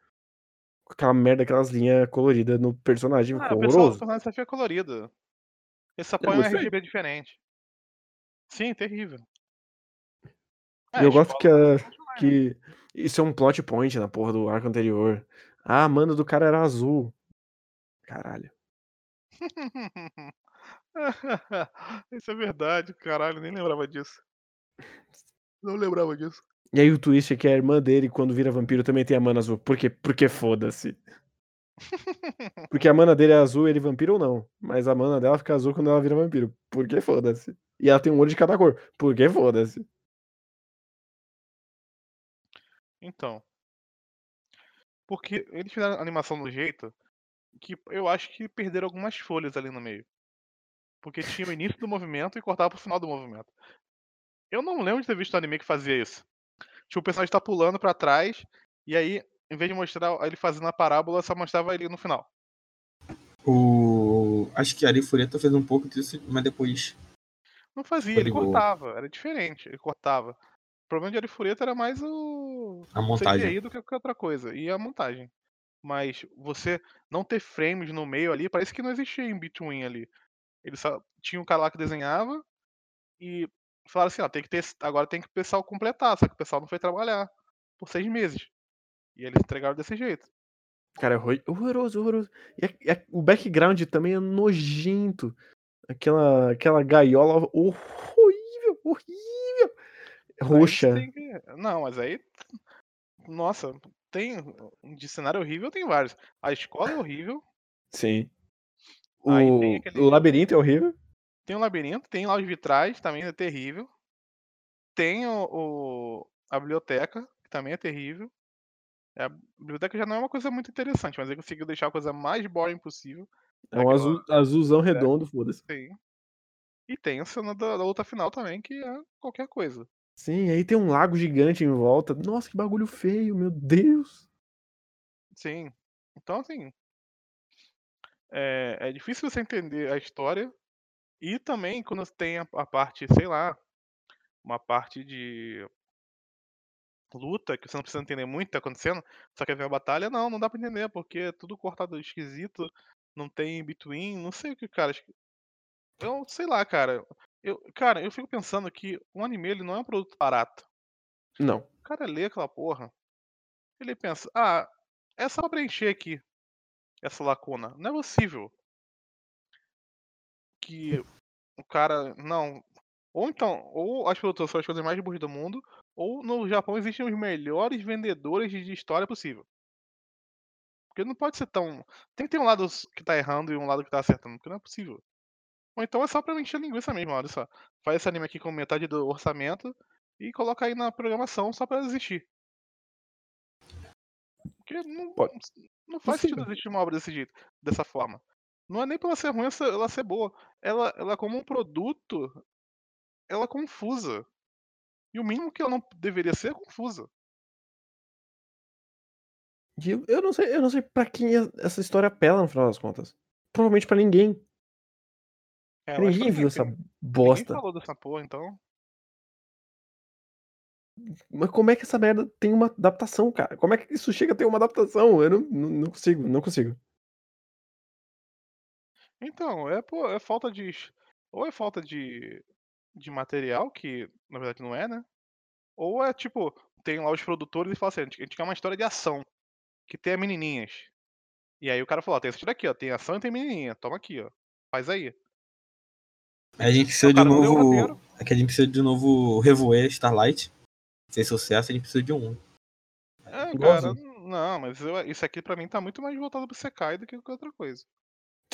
Com Aquela merda, aquelas linhas coloridas no personagem Ah, ficou o pessoal horroroso. tornou essa fia colorida. Eles só põe um gostei. RGB diferente. Sim, terrível. É, tipo, E eu gosto que a- a. que isso é um plot point na porra do arco anterior. Ah, mano, do cara era azul. Caralho. Isso é verdade, caralho, nem lembrava disso. Não lembrava disso. E aí o twist é que a irmã dele, quando vira vampiro, também tem a mana azul. Por quê? Porque foda-se. Porque a mana dele é azul, ele vampiro ou não. Mas a mana dela fica azul quando ela vira vampiro. Porque foda-se. E ela tem um olho de cada cor. Porque foda-se. Então. Porque eles fizeram a animação do jeito que eu acho que perderam algumas folhas ali no meio. Porque tinha o início do movimento e cortava pro final do movimento. Eu não lembro de ter visto um anime que fazia isso. Tipo, o personagem tá pulando pra trás e aí, em vez de mostrar ele fazendo a parábola, só mostrava ele no final. O... Acho que a Ari Fureta fez um pouco disso, mas depois. Não fazia, ele Obrigou. cortava. Era diferente, ele cortava. O problema de Arifureta era mais o. A montagem. CGI do que qualquer outra coisa. E a montagem. Mas você não ter frames no meio ali, parece que não existia em between ali. Ele só tinha um cara lá que desenhava e falaram assim, ó, tem que ter. esse- Agora tem que o pessoal completar, só que o pessoal não foi trabalhar por seis meses. E eles entregaram desse jeito. Cara, é horror- horroroso, horroroso. E, a- e a- o background também é nojento. Aquela, aquela gaiola horrível, horrível. É Aí Roxa. tem que- Não, mas aí. Nossa, tem. De cenário horrível tem vários. A escola é horrível, Sim. O, Aí tem aquele- o labirinto é horrível. Tem o labirinto, tem lá os vitrais, também é terrível. Tem o, o- a biblioteca, que também é terrível. É, A biblioteca já não é uma coisa muito interessante, mas ele conseguiu deixar a coisa mais boring possível. É um azul, É. azulzão redondo, foda-se. Tem. E tem a cena da, da luta final também, que é qualquer coisa. Sim, aí tem um lago gigante em volta. Nossa, que bagulho feio, meu Deus. Sim. Então, assim. É, é difícil você entender a história. E também quando tem a, a parte, sei lá, uma parte de luta, que você não precisa entender muito o que tá acontecendo, só quer ver a batalha, não, não dá pra entender, porque é tudo cortado esquisito, não tem between, não sei o que, cara. acho que- Eu sei lá, cara. Eu, cara, eu fico pensando que um anime ele não é um produto barato. Não. O cara lê aquela porra. Ele pensa, ah, é só preencher aqui essa lacuna. Não é possível que o cara. Não. Ou então, ou as produtoras são as coisas mais burras do mundo, ou no Japão existem os melhores vendedores de de história possível. Porque não pode ser tão. Tem que ter um lado s- que tá errando e um lado que tá acertando, porque não é possível. Ou então é só pra encher a linguiça mesmo, olha só. Faz esse anime aqui com metade do orçamento e coloca aí na programação só pra existir. Porque não, Pode. não faz Possível. sentido existir uma obra desse jeito, dessa forma. Não é nem pela ser ruim, essa- ela ser boa. Ela, ela como um produto, ela é confusa. E o mínimo que ela não deveria ser é confusa. E eu, eu não sei, eu não sei para quem é- essa história apela no final das contas. Provavelmente pra ninguém. É, eu acho que ninguém viu não sei, essa ninguém- bosta. Ninguém falou dessa porra, então. Mas como é que essa merda tem uma adaptação, cara? Como é que isso chega a ter uma adaptação? Eu não, não, não consigo, não consigo. Então, é, pô, é falta de. es- Ou é falta de, de material, que na verdade não é, né? Ou é tipo, tem lá os produtores e fala assim: a gente a gente quer uma história de ação, que tenha menininhas. E aí o cara falou: ó, tem essa história aqui, ó, tem ação e tem menininha, toma aqui, ó, faz aí. A gente precisa de cara um não leu o um novo. roteiro. É que a gente precisa de novo revoer Starlight. Fez sucesso, a gente precisa de um. É, cara, Igualzinho. não, mas eu- isso aqui pra mim tá muito mais voltado pro Sekai do que qualquer outra coisa.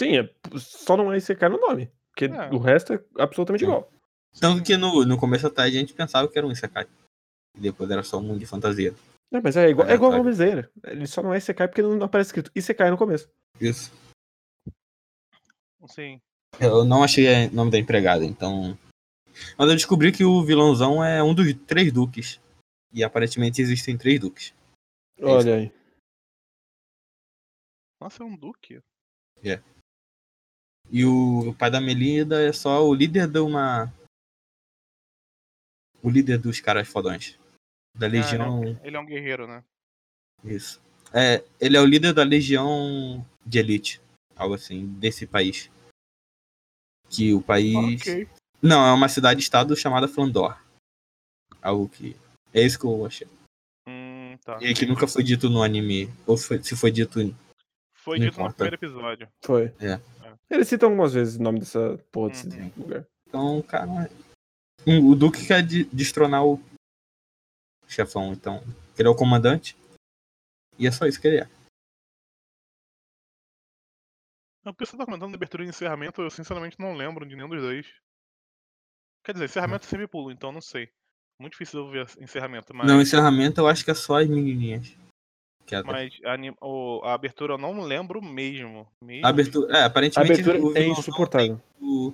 Sim, é- só não é secar no nome. Porque É. o resto é absolutamente Sim. igual. Tanto que no, no começo da tarde a gente pensava que era um Isekai. E depois era só um mundo de fantasia. É, mas é igual, é É, igual a claro. Valvezeira. Ele só não é secar porque não aparece escrito. E secar no começo. Isso. Assim, Eu não achei o nome da empregada, então. Mas eu descobri que o vilãozão é um dos três duques. E aparentemente existem três duques. isso. Olha aí. nossa, é um Duque. E o pai da Melinda é só o líder de uma. O líder dos caras fodões. Da Ah, ele é legião. um- ele é um guerreiro, né? Isso. É, ele é o líder da legião de elite. Algo assim, desse país. Que o país. Ok. Não, é uma cidade-estado chamada Flandor. Algo que. É isso que eu achei. Hum, tá. E que nunca foi dito no anime. Ou foi- se foi dito. em- Foi não dito no importa. primeiro episódio. Foi. É. Eles citam algumas vezes o nome dessa porra desse Uhum. lugar. Então, cara. hum, O Duque quer de- destronar o chefão, então. Ele é o comandante. E é só isso que ele é. O pessoal tá comentando de abertura e encerramento, eu sinceramente não lembro de nenhum dos dois. Quer Hum. dizer, encerramento eu sempre pulo, então não sei. Muito difícil eu ver as- encerramento, mas, Não, encerramento eu acho que é só as menininhas. Que é- mas a, ani- o- a abertura eu não lembro mesmo. mesmo. a abertura. É, A aparentemente abertura o é vilãozão insuportável. tem o-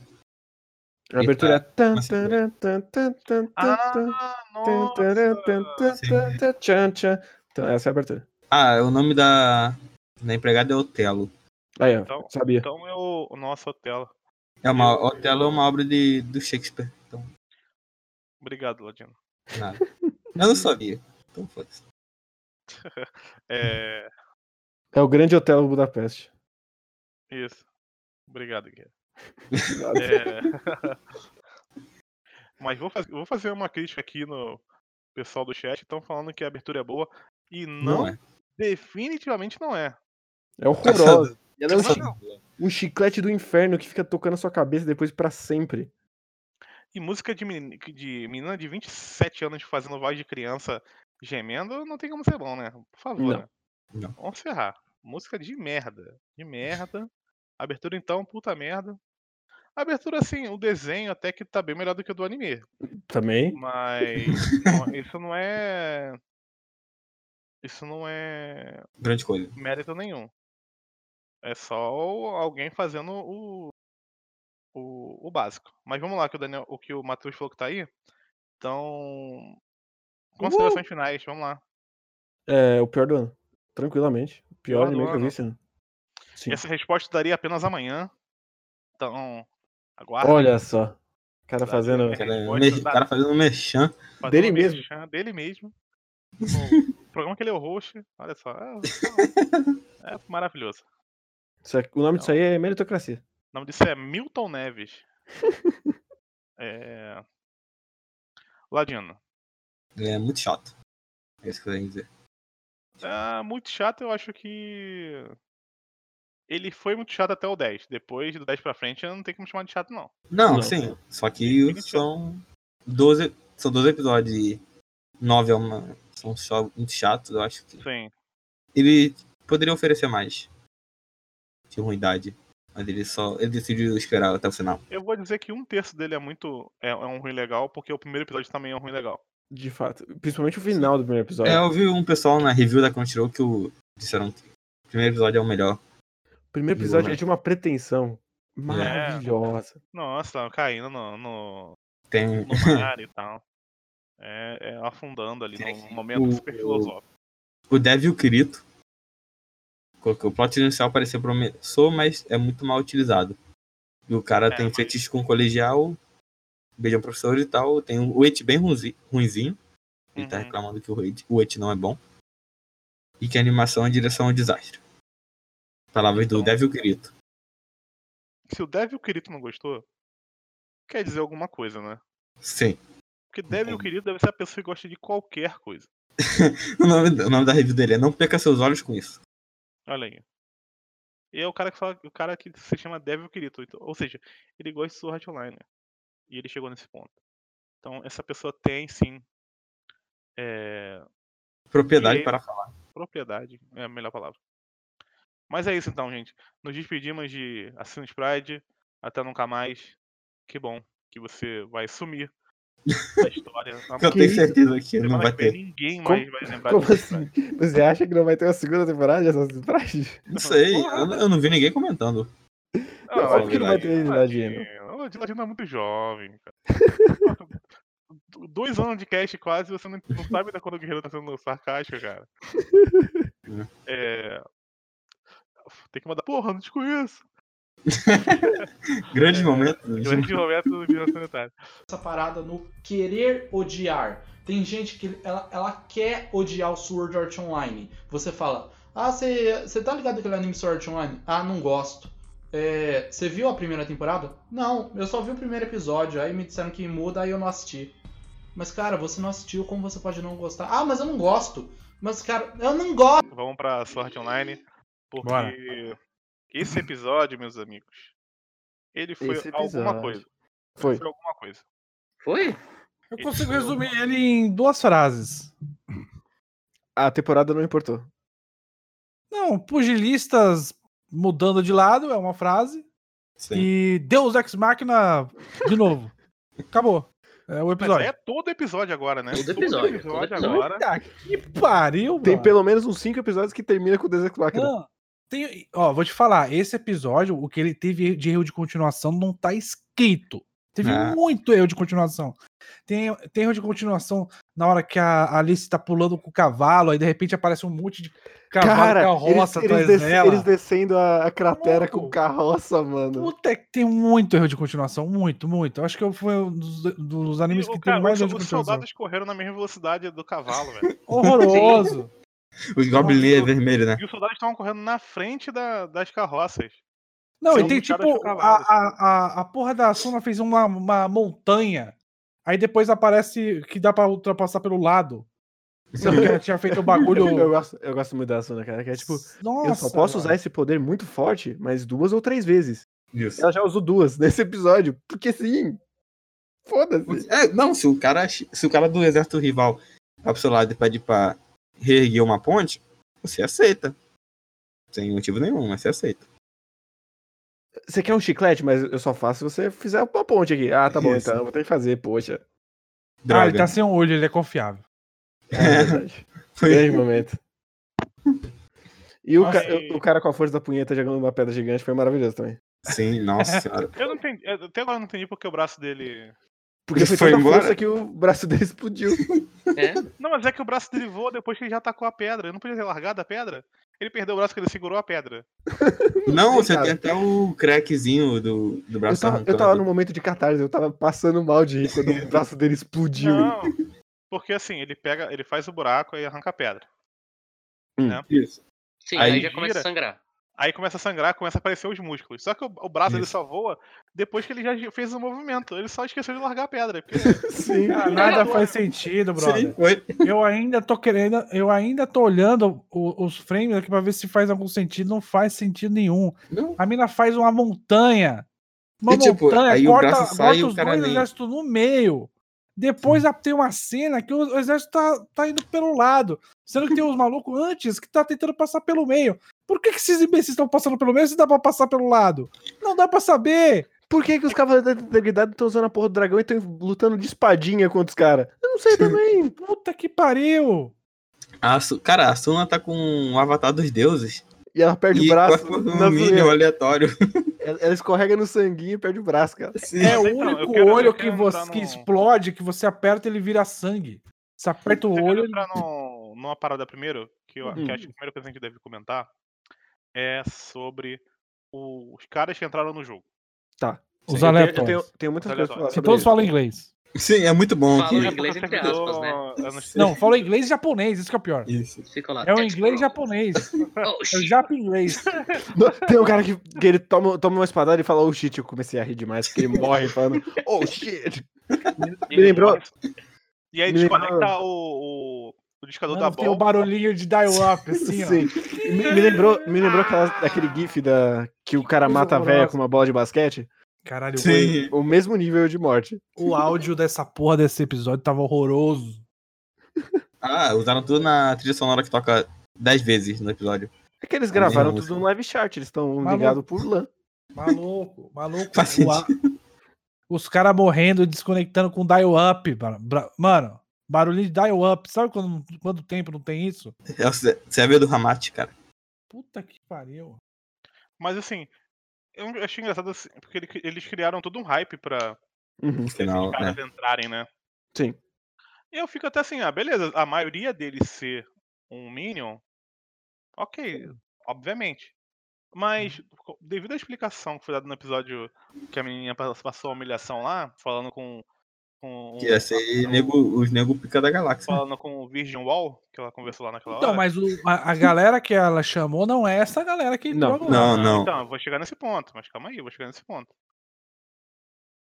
A abertura é. tan, Mas- taran, tan, tan, tan, tan, tan, Ah, tan, nossa! taran, tan, tan, Sim. tan, tan, tchan, tchan. Então, essa é a abertura. Ah, o nome da, da empregada é Otelo. Aí, ó. Então- sabia. Então eu. Nossa, Otela. É uma, Otelo é uma obra de, do Shakespeare. Então, Obrigado, Ladino. nada. Eu não sabia. Então foi. É. É o grande hotel Budapeste. Isso. Obrigado, Guilherme. É. Obrigado. Mas vou, faz- vou fazer uma crítica aqui no pessoal do chat. Estão falando que a abertura é boa. E não, é. definitivamente não é. É horrorosa. Ela é um, Não, chi- um chiclete do inferno que fica tocando a sua cabeça depois pra sempre. E música de, meni- que- de menina de 27 anos fazendo voz de criança gemendo não tem como ser bom, né? Por favor, Não. né? Não. Vamos ferrar. Música de merda. De merda. Abertura então, puta merda. Abertura, assim, o desenho até que tá bem melhor do que o do anime. Também. Mas não- isso não é. Isso não é Grande coisa. mérito nenhum. É só o- alguém fazendo o, o, o básico. Mas vamos lá, que o Daniel, o que o Matheus falou que tá aí. Então. Considerações finais, vamos lá. É o pior do ano. Tranquilamente. O pior Pior do anime que eu vi ano. esse ano. Sim. Essa resposta eu daria apenas amanhã. Então, aguarde. Olha só. O cara fazendo. O cara, É, Pode me- o ajudar. cara fazendo merchan. Fazer Dele um mesmo. merchan Dele mesmo. No programa que ele é o host. Olha só. é- É, maravilhoso. Isso aqui- o nome disso aí é meritocracia. O nome disso é Milton Neves. é... Ladino. Ele é muito chato. É isso que eu ia dizer. Ah, muito chato, eu acho que. Ele foi muito chato até o 10. Depois do 10 pra frente, eu não tem como chamar de chato, não. Não, Não. sim. Só que são 12, são 12 episódios e 9 é uma, são só muito chatos. Eu acho que Sim. ele poderia oferecer mais de ruindade. Mas ele só ele decidiu esperar até o final. Eu vou dizer que um terço dele é muito. É, é um ruim legal, porque o primeiro episódio também é um ruim legal. É De fato. Principalmente o final do primeiro episódio. É, eu vi um pessoal na review da Crunchyroll que o disseram que o primeiro episódio é o melhor. Primeiro Viu, episódio né? é de uma pretensão maravilhosa. Nossa, caindo no, no, Tem no mar e tal. É, é afundando ali num momento O- super filosófico. o Devil Kirito. Porque o plot inicial parecia promissor, mas é muito mal utilizado. E o cara É, tem mas- feitiço com colegial, beija o professor e tal. Tem o Et bem ruinzi- ruinzinho. Ele tá Uhum. reclamando que o Et, o Et não é bom. E que a animação é direção ao desastre. Palavras do Então- Devil Kirito. Se o Devil Kirito não gostou, quer dizer alguma coisa, né? Sim. Porque Devil Entendi. Kirito deve ser a pessoa que gosta de qualquer coisa. O nome, o nome da review dele é Não Perca Seus Olhos com Isso. Olha aí. E é o cara que fala, o cara que se chama Devil Kirito, então- ou seja, ele gosta de Sword Art Online. né? E ele chegou nesse ponto. Então essa pessoa tem sim é, Propriedade E- para falar. propriedade, é a melhor palavra. Mas é isso então, gente. Nos despedimos de Assassin's Pride, até nunca mais. Que bom que você vai sumir da história. Na Eu Que tenho isso? certeza que não semana vai que vem ter. ninguém Como- mais vai lembrar Como de Assassin's assim? Você acha que não vai ter uma segunda temporada de Assassin's Creed? Não sei, eu, eu não vi ninguém comentando. Pride. Não, é óbvio que não vai Ladino, ter Ladino. Ladino. O Ladino é muito jovem, cara. Do- Dois anos de cast quase, você não, não sabe da quando o Guerreiro tá sendo sarcástico, cara. É. Tem que mandar, porra, não te conheço. Grande É, momento. Grande momento do Guerreiro Sanitário. essa parada no querer odiar. Tem gente que ela, ela quer odiar o Sword Art Online. Você fala, ah, você você tá ligado aquele anime Sword Art Online? Ah, não gosto. É, Você viu a primeira temporada? Não, eu só vi o primeiro episódio. Aí me disseram que muda, aí eu não assisti. Mas, cara, você não assistiu, como você pode não gostar? Ah, mas eu não gosto. Mas, cara, eu não gosto. Vamos pra sorte online. Porque Bora. esse episódio, meus amigos, ele foi Esse alguma episódio. coisa. Foi. Foi alguma coisa. Foi? Eu consigo resumir ele em duas frases. A temporada não importou. Não, pugilistas mudando de lado é uma frase. Sim. E Deus Ex Machina de novo. Acabou. É o Mas episódio. é todo episódio agora, né? Todo episódio, todo episódio episódio. agora. Puta que pariu, é Tem mano. pelo menos uns cinco episódios que termina com o Deus Ex Machina. Tá. Não, tem- ó, vou te falar, esse episódio, o que ele teve de erro de continuação não tá escrito. Teve Ah. muito erro de continuação. Tem, tem erro de continuação na hora que a Alice tá pulando com o cavalo, aí de repente aparece um monte de cavalo Cara, eles, carroça eles, atrás des- dela. eles descendo a, a cratera Maluco. com carroça, mano. Puta, que tem muito erro de continuação, muito, muito. Eu acho que eu fui um dos, dos animes E que o teve cara- mais os, erro de os continuação. soldados correram na mesma velocidade do cavalo, velho. Horroroso. Os Goblin é vermelho, né? E os soldados estavam correndo na frente da- das carroças. Não, São e tem puxadas tipo, de a, cavalos. a, a, a porra da Suna fez uma, uma montanha, aí depois aparece que dá pra ultrapassar pelo lado. Sendo que ela tinha feito o Eu bagulho. gosto, eu gosto muito da Asuna, cara. Que é tipo, Nossa, eu só posso usar mano. esse poder muito forte, mas duas ou três vezes. Isso. Ela já usou duas nesse episódio, porque sim. Foda-se. É, não, se o, cara, se o cara do exército rival vai pro seu lado e pede pra reerguer uma ponte, você aceita. Sem motivo nenhum, mas você aceita. Você quer um chiclete, mas eu só faço se você fizer uma ponte aqui. Ah, tá bom, Isso. então. eu Vou ter que fazer, poxa. Ah, ele Droga. tá sem um olho, ele é confiável. É verdade. Foi- Grande momento. E o, Nossa, ca- e- o cara com a força da punheta jogando uma pedra gigante foi maravilhoso também. Sim, nossa senhora. Eu não entendi. eu- Até agora eu não entendi porque o braço dele. Porque Ele foi foi tanta embora? força que o braço dele explodiu. É. Não, mas é que o braço dele voa depois que ele já atacou a pedra. Ele não podia ter largado a pedra? Ele perdeu o braço que ele segurou a pedra. Não, sei, você cara. tem até o crackzinho do, do Eu braço tava, eu tava num momento de catarse, eu tava passando mal de rir quando o braço dele explodiu. Não. Porque assim, ele pega, ele faz o buraco e arranca a pedra. Isso. Sim, Aí aí, já começa gira. a sangrar. Aí começa a sangrar, começa a aparecer os músculos. Só que o, o braço ele Isso. só voa depois que ele já fez o movimento. Ele só esqueceu de largar a pedra. Porque Sim. Ah, nada faz sentido, Sim, brother. foi. Eu ainda tô querendo, eu ainda tô olhando o- os frames aqui pra ver se faz algum sentido. Não faz sentido nenhum. Não. A mina faz uma montanha. Uma E, tipo, montanha, aí o corta, braço sai e corta o os cara dois nem- exércitos no meio. Depois a- tem uma cena que o, o exército tá, tá indo pelo lado. Sendo que tem uns malucos antes que tá tentando passar pelo meio. Por que, que esses imbecis estão passando pelo meio se dá pra passar pelo lado? Não dá pra saber. Por que, que os cavaleiros da integridade estão usando a porra do dragão e estão lutando de espadinha contra os caras? Eu não sei também. Puta que pariu. A Su- Cara, a Suna tá com o avatar dos deuses. E ela perde e o braço. com na um minion zoeira. aleatório. ela, ela escorrega no sanguinho e perde o braço, cara. Assim. É o então, eu único quero- eu olho quero que, entrar você, que num- explode, que você aperta ele vira sangue. Você aperta o Você quer olho. entrar no- numa parada primeiro, que eu Hum. que Uhum. acho que a primeira coisa que a gente deve comentar é sobre o- os caras que entraram no jogo. Os Então Eu tenho- eu aleatórios. tenho- tenho muitas coisas pra falar Aleatórios. Se sobre todos isso. falam inglês. Sim, é muito bom Fala aqui. em inglês entre aspas, né? Não, falam inglês e japonês, isso que é o pior. Isso. Fica lá. Tipo, É o "That's inglês e wrong." japonês. Oh, É o shit. japa inglês. Não, Tem um cara que, que ele toma, toma uma espadada e fala, oh shit, eu comecei a rir demais, porque ele morre falando, oh shit. Me lembrou, E aí me lembrou- desconecta o, o, o discador da Mano, tem o bola. barulhinho de dial-up, assim, ó. sim, me, me lembrou, me lembrou aquela, aquele gif da, que o cara coisa mata a véia horrorosa. com uma bola de basquete, Caralho, o- Sim. o mesmo nível de morte. o áudio dessa porra desse episódio tava horroroso. Ah, usaram tudo na trilha sonora que toca 10 vezes no episódio. É que eles mesma gravaram música. tudo no live chat, eles estão Maluco. ligados por LAN. Maluco, maluco. Faz O a- Os caras morrendo, desconectando com dial-up. bra- bra- Mano, barulhinho de dial-up. Sabe quando, quanto tempo não tem isso? É o C- server do Ramat, cara. Puta que pariu. Mas assim, eu achei engraçado assim, porque ele- eles criaram todo um hype pra Uhum. No final, os né? caras entrarem, né? Sim. E eu fico até assim, ah, beleza, a maioria deles ser um Minion, ok, obviamente. Mas, co- devido à explicação que foi dada no episódio que a menina pa- passou a humilhação lá, falando com. com Que ia ser nego, os nego pica da galáxia. Falando com o Virgin Wall, que ela conversou lá naquela Então, hora. mas o- a, a galera que ela chamou não é essa galera que entrou Não, agora. Não, não. Então, eu vou chegar nesse ponto, mas calma aí, eu vou chegar nesse ponto.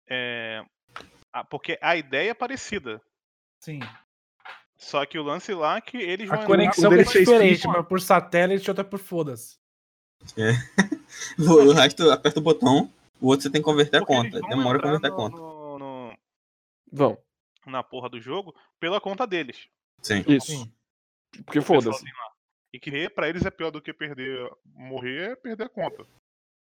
É, ah, porque a ideia é parecida. Sim. Só que o lance lá é que eles A entrar- conexão quando que é ele fez diferente, FIFA- uma por satélite e outra por foda-se. O resto aperta o botão, o outro você tem que converter a porque eles conta. vão Demora pra entrar converter no- a conta. no- no- Vão, na porra do jogo pela conta deles. Sim. isso. Porque O pessoal foda-se. tem lá. E que pra eles é pior do que perder. Morrer é perder a conta.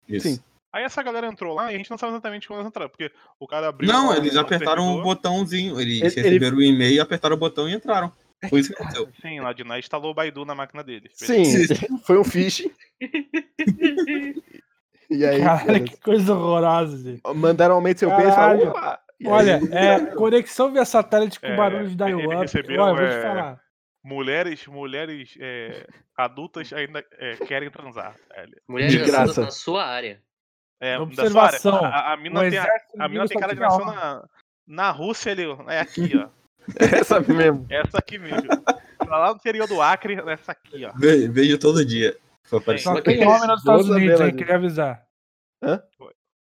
Isso. Sim. Aí essa galera entrou lá e a gente não sabe exatamente quando eles entraram, porque o cara abriu. Não, lá eles o apertaram um o servidor, botãozinho. Eles Ele- ele- receberam o e-mail, apertaram o botão e entraram. Foi isso que aconteceu. Sim, lá de lá instalou o Baidu na máquina dele. Sim, foi um phishing. e aí, Caralho, foda-se. que coisa horrorosa, gente. mandaram um aumento seu peso e Caralho. falaram, opa! E aí, Olha, é conexão via satélite com É, barulho de eles dial-up. receberam, Olha, eu vou é, te falar. um Mulheres, mulheres é, adultas ainda é, querem transar. velho. Mulher De de graça. graça. na sua área. É, da sua Observação, área. A, a mina O tem, a, exército a mina inimigo tem só cara de tinha nascer homem. na, na Rússia ali, ó. é aqui, ó. essa mesmo. Essa aqui mesmo. Pra lá no interior do Acre, essa aqui, ó. Ve- Vejo todo dia. Foi aparecendo. Só Só tem que- homem nos Estados Boa Unidos, hein? Adelaide. Queria avisar. Hã?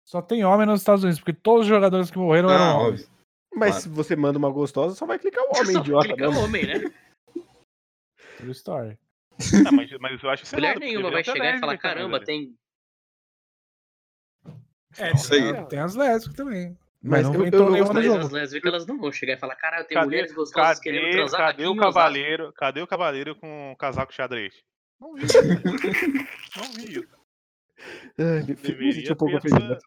Só tem homem nos Estados Unidos, porque todos os jogadores que morreram eram Ah, homens. óbvio. Mas Claro. se você manda uma gostosa, só vai clicar o homem Só idiota. clica Não. homem, né? True story. Ah, mas, mas eu acho Mulher selado, porque nenhuma deveriam vai ter chegar e lésbicas, falar: né, caramba, velho? tem. É, Isso aí. tem- Tem as lésbicas também. Mas Mas não eu- eu- entrou eu nenhuma no Mas tá as jogo. lésbicas elas não vão chegar e falar: caralho, tem Cadê- mulheres gostosas querendo Cadê, transar. cadê aqui o em Osasco." cavaleiro? Cadê o cavaleiro com o casaco xadrez? Não vi isso. velho. Não vi isso. Ai, me fico- me senti Deveria um pouco ter, essa, ofendido.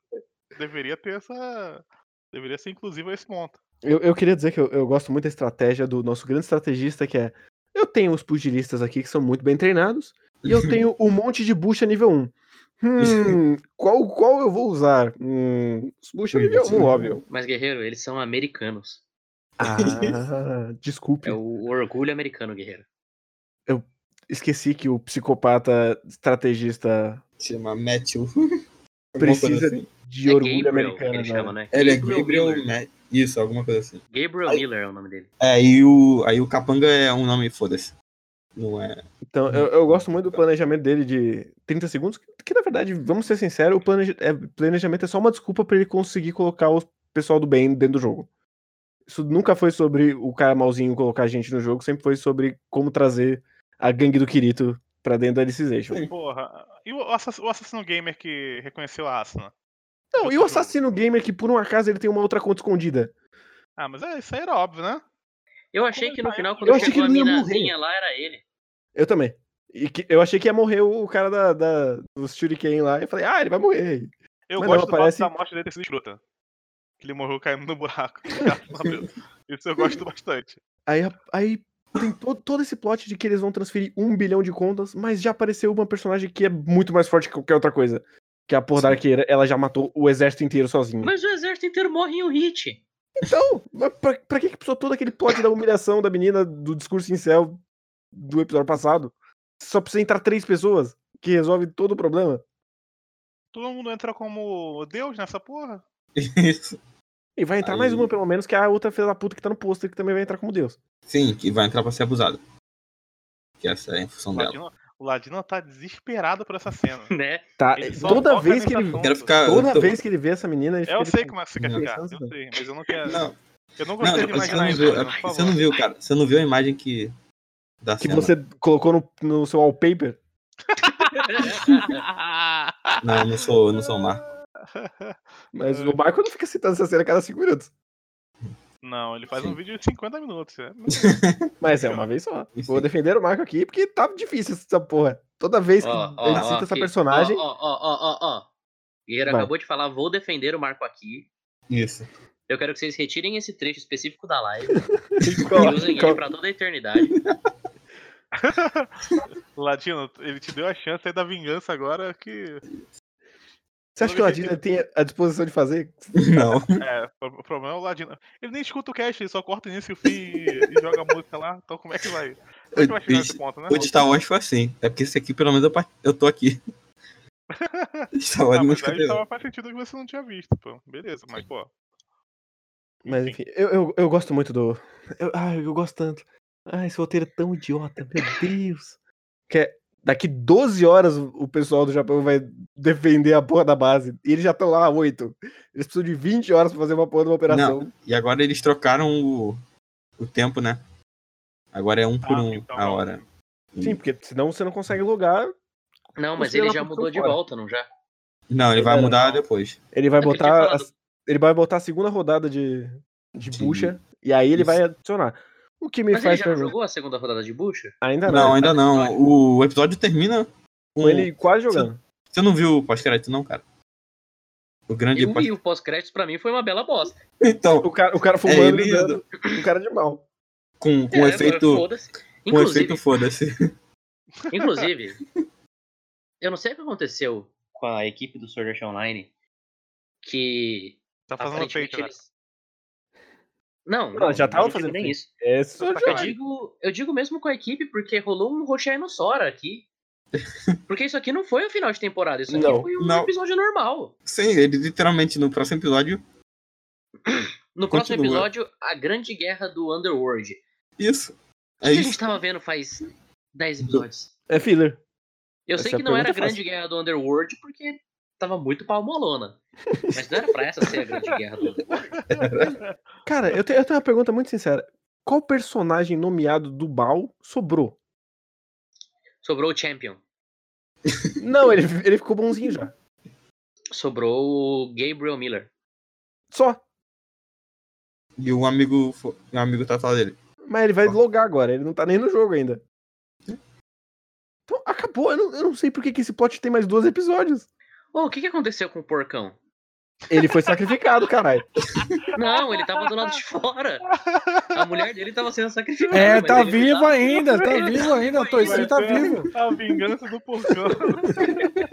deveria ter essa. Deveria ser inclusivo a esse ponto. Eu, eu queria dizer que eu, eu gosto muito da estratégia do nosso grande estrategista, que é: eu tenho os pugilistas aqui que são muito bem treinados, e eu tenho um monte de bucha nível 1. Hum, qual, qual eu vou usar? Hum, os bucha nível 1, óbvio. Mas, guerreiro, eles são americanos. Ah, desculpe. É o o orgulho americano, guerreiro. Esqueci que o psicopata estrategista Chama Matthew. Alguma coisa precisa assim. de é orgulho Gabriel, americano. que ele né? chama, né? Ele é Gabriel Miller. Matt. Isso, alguma coisa assim. Gabriel Miller é o nome dele. É, e o, aí o Capanga é um nome, foda-se. Não é. Então, eu, eu gosto muito do planejamento dele de 30 segundos, que, que, na verdade, vamos ser sinceros, o planeja- é, planejamento é só uma desculpa pra ele conseguir colocar o pessoal do bem dentro do jogo. Isso nunca foi sobre o cara malzinho colocar gente no jogo, sempre foi sobre como trazer a gangue do Kirito pra dentro da Alicization. Porra. E o assass- o assassino gamer que reconheceu a Asuna? Não, e o assassino gamer que por um acaso ele tem uma outra conta escondida. Ah, mas é, isso aí era óbvio, né? Eu achei que no final, Eu quando achei chegou a que ele não ia morrer. minazinha lá, era ele. Eu também. E que- eu achei que ia morrer o o cara da, da, dos Shuriken lá, e eu falei, ah, ele vai morrer. Eu Mas não, gosto do parece- fato da morte dele ter sido escrota. Que ele morreu caindo no buraco. Isso eu gosto bastante. Aí, a- aí tem to- todo esse plot de que eles vão transferir um bilhão de contas, mas já apareceu uma personagem que é muito mais forte que qualquer outra coisa. Que é a porra da arqueira, ela já matou o exército inteiro sozinha. Mas o exército inteiro morre em um hit. Então, mas pra, pra que que precisou todo aquele plot da humilhação da menina, do discurso em céu do episódio passado? Só precisa entrar três pessoas que resolve todo o problema. Todo mundo entra como Deus nessa porra. Isso. E vai entrar mais Aí. uma, pelo menos, que é a outra filha da puta que tá no pôster, que também vai entrar como Deus. Sim, que vai entrar pra ser abusada. Que essa é a função O dela. Ladino, o Ladino tá desesperado por essa cena. Né? Tá, Ele só toda foca vez que nessa ele. conta. Quero ficar. Toda eu tô- vez que ele vê essa menina, ele Eu fica sei tipo, como é que você quer "Hum, chegar, essa- eu sei, mas eu não quero. Não, eu não não, gostaria de depois você imaginar não isso. viu. é, Ladino, por Você favor. não viu, cara. Você não viu a imagem que. Da tipo, é Que cena. você colocou no, no seu wallpaper. Não, eu não sou, eu não sou o Marco. Mas Ah. o Marco não fica citando essa cena a cada cinco minutos. Não, ele faz um Sim. vídeo de 50 minutos. é. Mas é uma vez só. Isso. Vou defender o Marco aqui, porque tá difícil essa porra. Toda vez que Ó, ó, ele ó, cita essa aqui. personagem. Ó, ó, ó, ó, ó, ó. Guerreiro Vai. acabou de falar, vou defender o Marco aqui. Isso. Eu quero que vocês retirem esse trecho específico da live e usem Coloca- ele pra toda a eternidade. Ladino, ele te deu a chance aí da vingança agora que. Você acha que o Ladino tem a disposição de fazer? Não. É, o o problema é o Ladino. Ele nem escuta o cast, ele só corta o início e o fim e, e joga a música lá. Então como é que vai? Como é que vai chegar nesse ponto, né? O de Star Wars foi assim. É porque esse aqui, pelo menos, eu, pa- eu tô aqui. Star Wars Ah, não mas aí escreveu. tava faz sentido que você não tinha visto, pô. Beleza, mas pô. Mas enfim, eu, eu, eu gosto muito do. Eu, ai, eu gosto tanto. Ai, esse roteiro é tão idiota, meu Deus. Que é, daqui 12 horas o o pessoal do Japão vai defender a porra da base. E eles já estão lá há 8. Eles precisam de 20 horas pra fazer uma porra de uma operação. E agora eles trocaram o, o tempo, né? Agora é um por Ah, um então a não. hora. Sim, porque senão você não consegue logar. Não, Os mas filha ele da já puta mudou tão de fora. volta, não já? Não, ele vai Não, mudar não. depois. Ele vai É porque tinha botar. falado- a- ele vai botar a segunda rodada de, de De- bucha. E aí ele Isso. vai adicionar. O que me Mas ele faz já não perguntar. jogou a segunda rodada de bucha? Ainda não. Não, é um ainda não. O episódio termina com Com ele quase jogando. Você não viu o pós-crédito, não, cara? O grande E, o- pós- e o pós-crédito pra mim foi uma bela bosta. Então, O cara, o cara é fumando, ele e dando- um cara de mal. com, com É, efeito. foda-se. Com Inclusive, efeito foda-se. Inclusive, eu não sei o que aconteceu com a equipe do Sword Art Online, que Tá fazendo aparentemente peito, né? eles... Não, Não, já tava eu não digo fazendo nem peito. isso. É só Eu digo, eu digo mesmo com a equipe, porque rolou um Rochai no Sora aqui. Porque isso aqui não foi o final de temporada, isso aqui Não, foi um não. episódio normal. Sim, ele literalmente no próximo episódio. No próximo Continua. episódio, a grande guerra do Underworld. Isso. O É que a gente isso. tava vendo faz 10 episódios? É filler. Eu Essa sei que é a não era a pergunta grande guerra do Underworld porque tava muito palmolona. Mas não era pra essa ser a grande guerra do Underworld. Cara, eu, te- eu tenho uma pergunta muito sincera. Qual personagem nomeado do Bal sobrou? Sobrou o Champion. Não, ele, ele ficou bonzinho já. Sobrou o Gabriel Miller. Só. E o amigo. fo- O amigo tatuado dele. Mas ele vai logar agora, ele não tá nem no jogo ainda. Então, acabou. Eu não, eu não sei por que, que esse plot tem mais dois episódios. Ô, o que, que aconteceu com o porcão? Ele foi sacrificado, caralho. Não, ele tava do lado de fora. A mulher dele tava sendo sacrificada. É, mas tá ele vivo tava- ainda, tá Ele vivo ainda. O Toicinho tá Vai ser vivo. A vingança do porcão.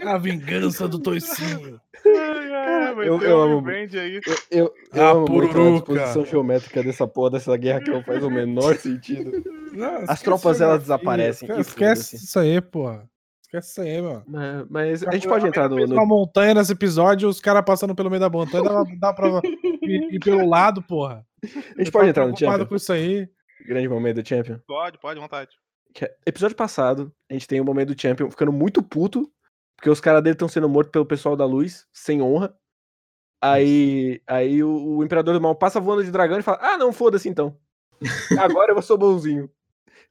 A vingança do Toicinho. Ai, ai, vai eu- ter eu um amo. revenge aí. Eu, eu Ah, amo muito a pururuca. disposição geométrica dessa porra, dessa guerra que não faz o menor sentido. Não, As esquece tropas, isso elas aí, desaparecem, Esquece, e foda-se. esquece isso aí, porra. Esquece isso aí, mano. Mas, É, mas a gente pode entrar no, Fez no uma montanha nesse episódio, os caras passando pelo meio da montanha, dá, dá pra ir, ir pelo lado, porra. Tá A gente pode entrar no Champion. com isso aí. Grande momento do Champion. Pode, pode, à vontade. Que é- episódio passado, a gente tem o momento do Champion ficando muito puto, porque os caras dele estão sendo mortos pelo pessoal da luz, sem honra. Aí, aí o, o Imperador do Mal passa voando de dragão e fala: Ah, não, foda-se então. Agora eu sou bonzinho.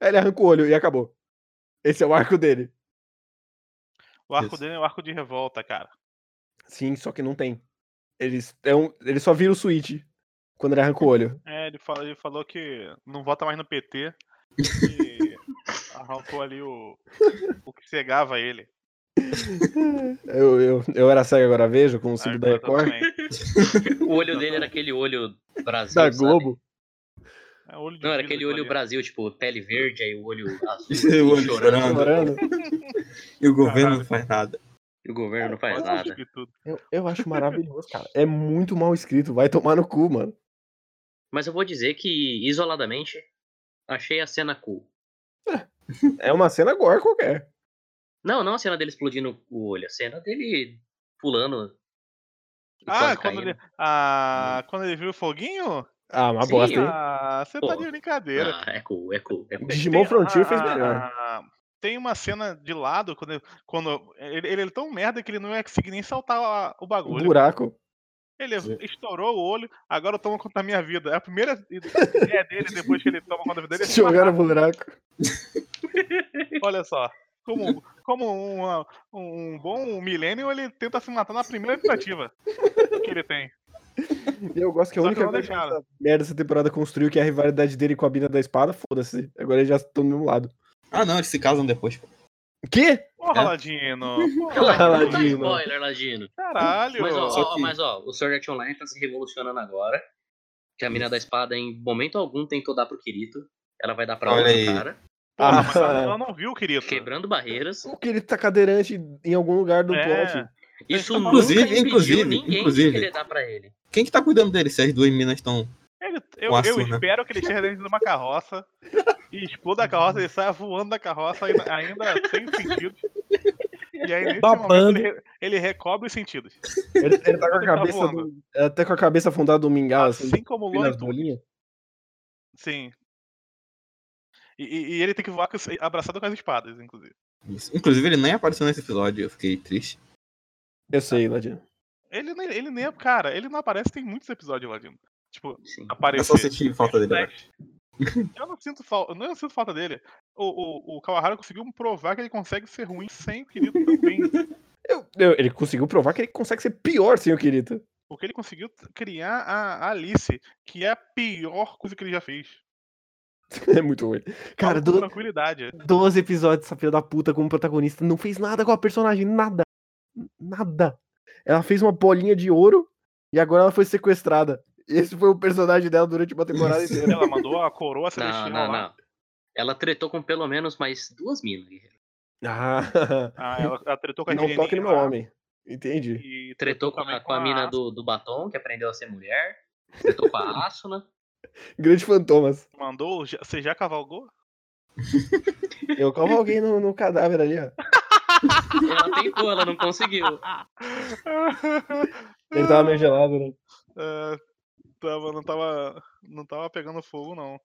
Aí ele arranca o olho e acabou. Esse é o arco dele. O arco Isso. dele é o arco de revolta, cara. Sim, só que não tem. Eles, é um, ele só vira o switch quando ele arranca o olho. É, ele, fala- ele falou que não vota mais no PT. E arrancou ali o, o que cegava ele. Eu, eu, eu era cego, agora vejo, com o símbolo da Agora Record, também. O olho dele era aquele olho Brasil. da sabe? Globo. É, É olho de Não, era vidro aquele aquilo olho ali. Brasil, tipo, pele verde, aí o olho azul. Esse olho chorando. Uhum. chorando. Chorando. E o governo não faz nada. E o governo não faz Olha nada. isso tudo. Eu, eu acho maravilhoso, cara. É muito mal escrito, vai tomar no cu, mano. Mas eu vou dizer que, isoladamente, achei a cena cool. É uma cena gore qualquer. Não, não a cena dele explodindo o olho, a cena dele pulando. e Ah, quase quando caindo. ele, ah, quando ele viu o foguinho? Ah, uma Sim, bosta, hein? Ah, você tá Pô. de brincadeira. Ah, é cool, é cool, é cool. Digimon Frontier fez a- melhor. a- tem uma cena de lado, quando, quando ele, ele é tão merda que ele não ia conseguir nem saltar a- o O bagulho. Um buraco. Ele Sim. estourou o olho, agora eu tomo conta da minha vida. É a primeira ideia dele, depois que ele toma conta da vida dele, é se Jogaram o buraco. Olha só. Como, como uma- um bom milênio, ele tenta se matar na primeira tentativa que ele tem. E eu gosto que é a Só que única não vez que deixaram. essa merda essa temporada construiu que é a rivalidade dele com a mina da espada, foda-se. Agora eles já estão do mesmo lado. Ah, não, eles se casam depois. pô. Quê? Porra, É. Ladino. Ladino, tá Ladino. Spoiler, Ladino. Caralho. Mas ó, Só ó, que- mas ó, o Sword Art Online tá se revolucionando agora. Que a mina da espada, em momento algum, tentou dar pro Kirito. Ela vai dar pra Olha outro aí. cara. Porra, mas ela, Ah, ela não viu, querido. Quebrando barreiras. o que ele tá cadeirante em algum lugar do É. plot. Isso Inclusive, nunca impediu inclusive, ninguém inclusive. de querer dar pra ele. Quem que tá cuidando dele se as duas minas estão. Ele- eu, Com aço, eu né? espero que ele esteja dentro de uma carroça e exploda a carroça, ele saia voando da carroça ainda, ainda sem sentido. E aí, nesse momento, Babando. ele, re- ele recobre os sentidos. Ele, ele tá com a Ele tá cabeça. do- até com a cabeça afundada no mingau, assim, Assim como o nas Loito. bolinhas. Sim. E, e- e ele tem que voar com, as- abraçado com as espadas, inclusive. Isso. Inclusive, ele nem apareceu nesse episódio, eu fiquei triste. Eu sei, Ladino. Ele, nem- ele nem. é Cara, ele não aparece, tem muitos episódios lá dentro. Tipo, Sim. Eu É só aparecer. senti falta dele agora. Flash. Eu não sinto falta, eu não sinto falta dele. O, o, o Kawahara conseguiu provar que ele consegue ser ruim sem o querido também. Eu- eu- ele conseguiu provar que ele consegue ser pior sem o Kirito. Porque ele conseguiu t- criar a a Alice, que é a pior coisa que ele já fez. É muito ruim. Cara, Fala com do, tranquilidade. 12 episódios essa filha da puta como protagonista não fez nada com a personagem, nada. N- Nada. Ela fez uma bolinha de ouro e agora ela foi sequestrada. Esse foi o personagem dela durante uma temporada inteira. Ela mandou a coroa celestial Não, não, lá. não. Ela tretou com pelo menos mais duas minas. guerreiro. Ah, Ah, ela, ela tretou com a não toque no meu lá homem. Entendi. E Tretou com a, também com a mina do, do batom, que aprendeu a ser mulher. Tretou com a Asuna. Grande fantomas. Mandou, já- você já cavalgou? Eu cavalguei no, no cadáver ali, ó. Ela tentou, ela não conseguiu. Ah, Ele tava meio gelado, né? É, tava, não, tava, não tava pegando fogo, não.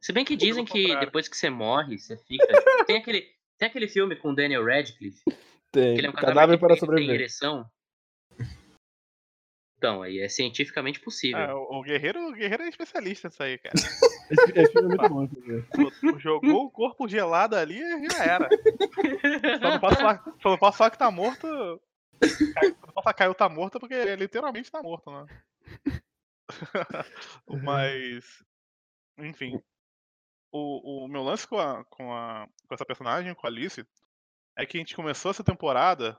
Se bem que Pelo dizem que contrário. depois que você morre, você fica. tipo, Tem aquele, tem aquele filme com o Daniel Radcliffe, que Tem. ele é um cadáver que para tem- tem sobreviver. ereção. Então, aí é cientificamente possível. Ah, o, o guerreiro, o guerreiro é especialista nisso aí, cara. Esse, esse filme é muito bom. esse filme. Bot- Jogou o corpo gelado ali e já era. Só não posso falar, só não posso falar que tá morto. Cai- Só não posso falar que caiu tá morto porque ele literalmente tá morto, né? Mas. Enfim. O, o meu lance com, a, com, a, com essa personagem, com a Alice, é que a gente começou essa temporada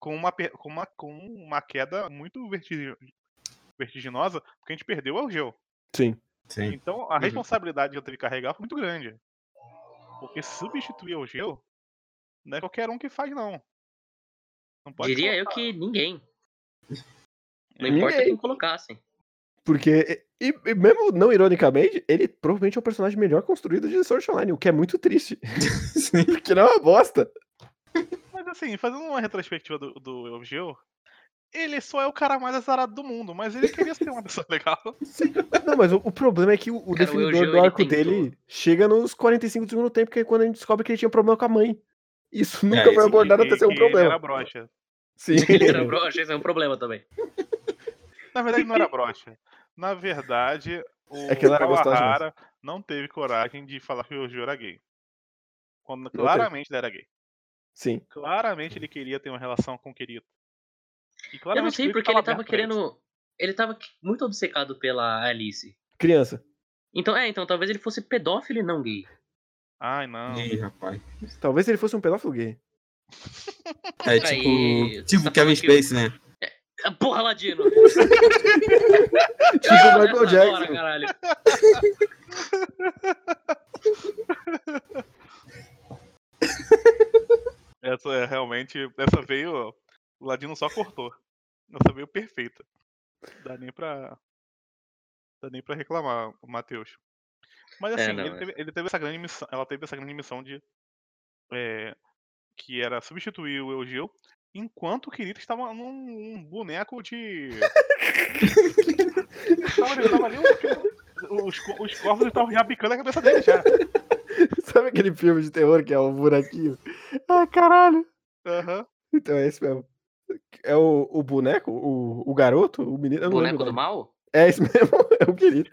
com uma, per- com uma, com uma queda muito vertigino- vertiginosa, porque a gente perdeu o Algeu. Sim. Sim. Então a responsabilidade que eu teve que carregar foi muito grande. Porque substituir o Geo não é qualquer um que faz, não. Não pode Diria colocar. eu que ninguém. Não importa Ninguém. quem colocassem. Porque, e, e mesmo não ironicamente, ele provavelmente é o personagem melhor construído de Sword Art Online, o que é muito triste. Sim. Porque não é uma bosta. Mas assim, fazendo uma retrospectiva do, do Geo, ele só é o cara mais azarado do mundo, mas ele queria ser uma pessoa legal. Não, mas o, o problema é que o, o Cara, o definidor Eugeo, do ele arco tentou. dele chega nos 45 do segundo tempo, que é quando a gente descobre que ele tinha problema com a mãe. Isso nunca isso foi que- abordado até E ser um que ele problema. Era brocha. Sim. Ele era broxa, isso é um problema também. Na verdade, não era brocha. Na verdade, o É que ela era gostosa mesmo. Kawahara não teve coragem de falar que o Geo era gay. Quando teve. claramente ele era gay. Sim. Claramente ele queria ter uma relação com o querido. E Eu não claramente sei o Kirito porque ele tava aberto pra isso. querendo. Ele tava que- muito obcecado pela Alice. Criança. Então, é, então talvez ele fosse pedófilo e não gay. Ai, não. Ih, rapaz. Talvez ele fosse um pedófilo gay. É Peraí, tipo. você Tipo tá Kevin falando que- Space, né? Ah, Porra, Ladino! Tipo o Michael Essa agora, Jackson. caralho. Essa é realmente. Essa veio. O Ladino só cortou. Essa veio perfeita. Dá nem pra. Dá nem pra reclamar, o Matheus. Mas É, assim, não, ele, é. teve, ele teve essa grande missão. Ela teve essa grande missão de. é, que era substituir o Eugeu, enquanto o Kirito estava num, num boneco de. Tava- ele tava ali, os, os, os corvos estavam já bicando a cabeça dele já. Sabe aquele filme de terror que é o buraquinho? Ah, caralho. Aham. Então é esse mesmo. É o, o boneco? O, o garoto? O menino? Eu não Boneco lembro. o do nome. mal? É esse mesmo, é o querido.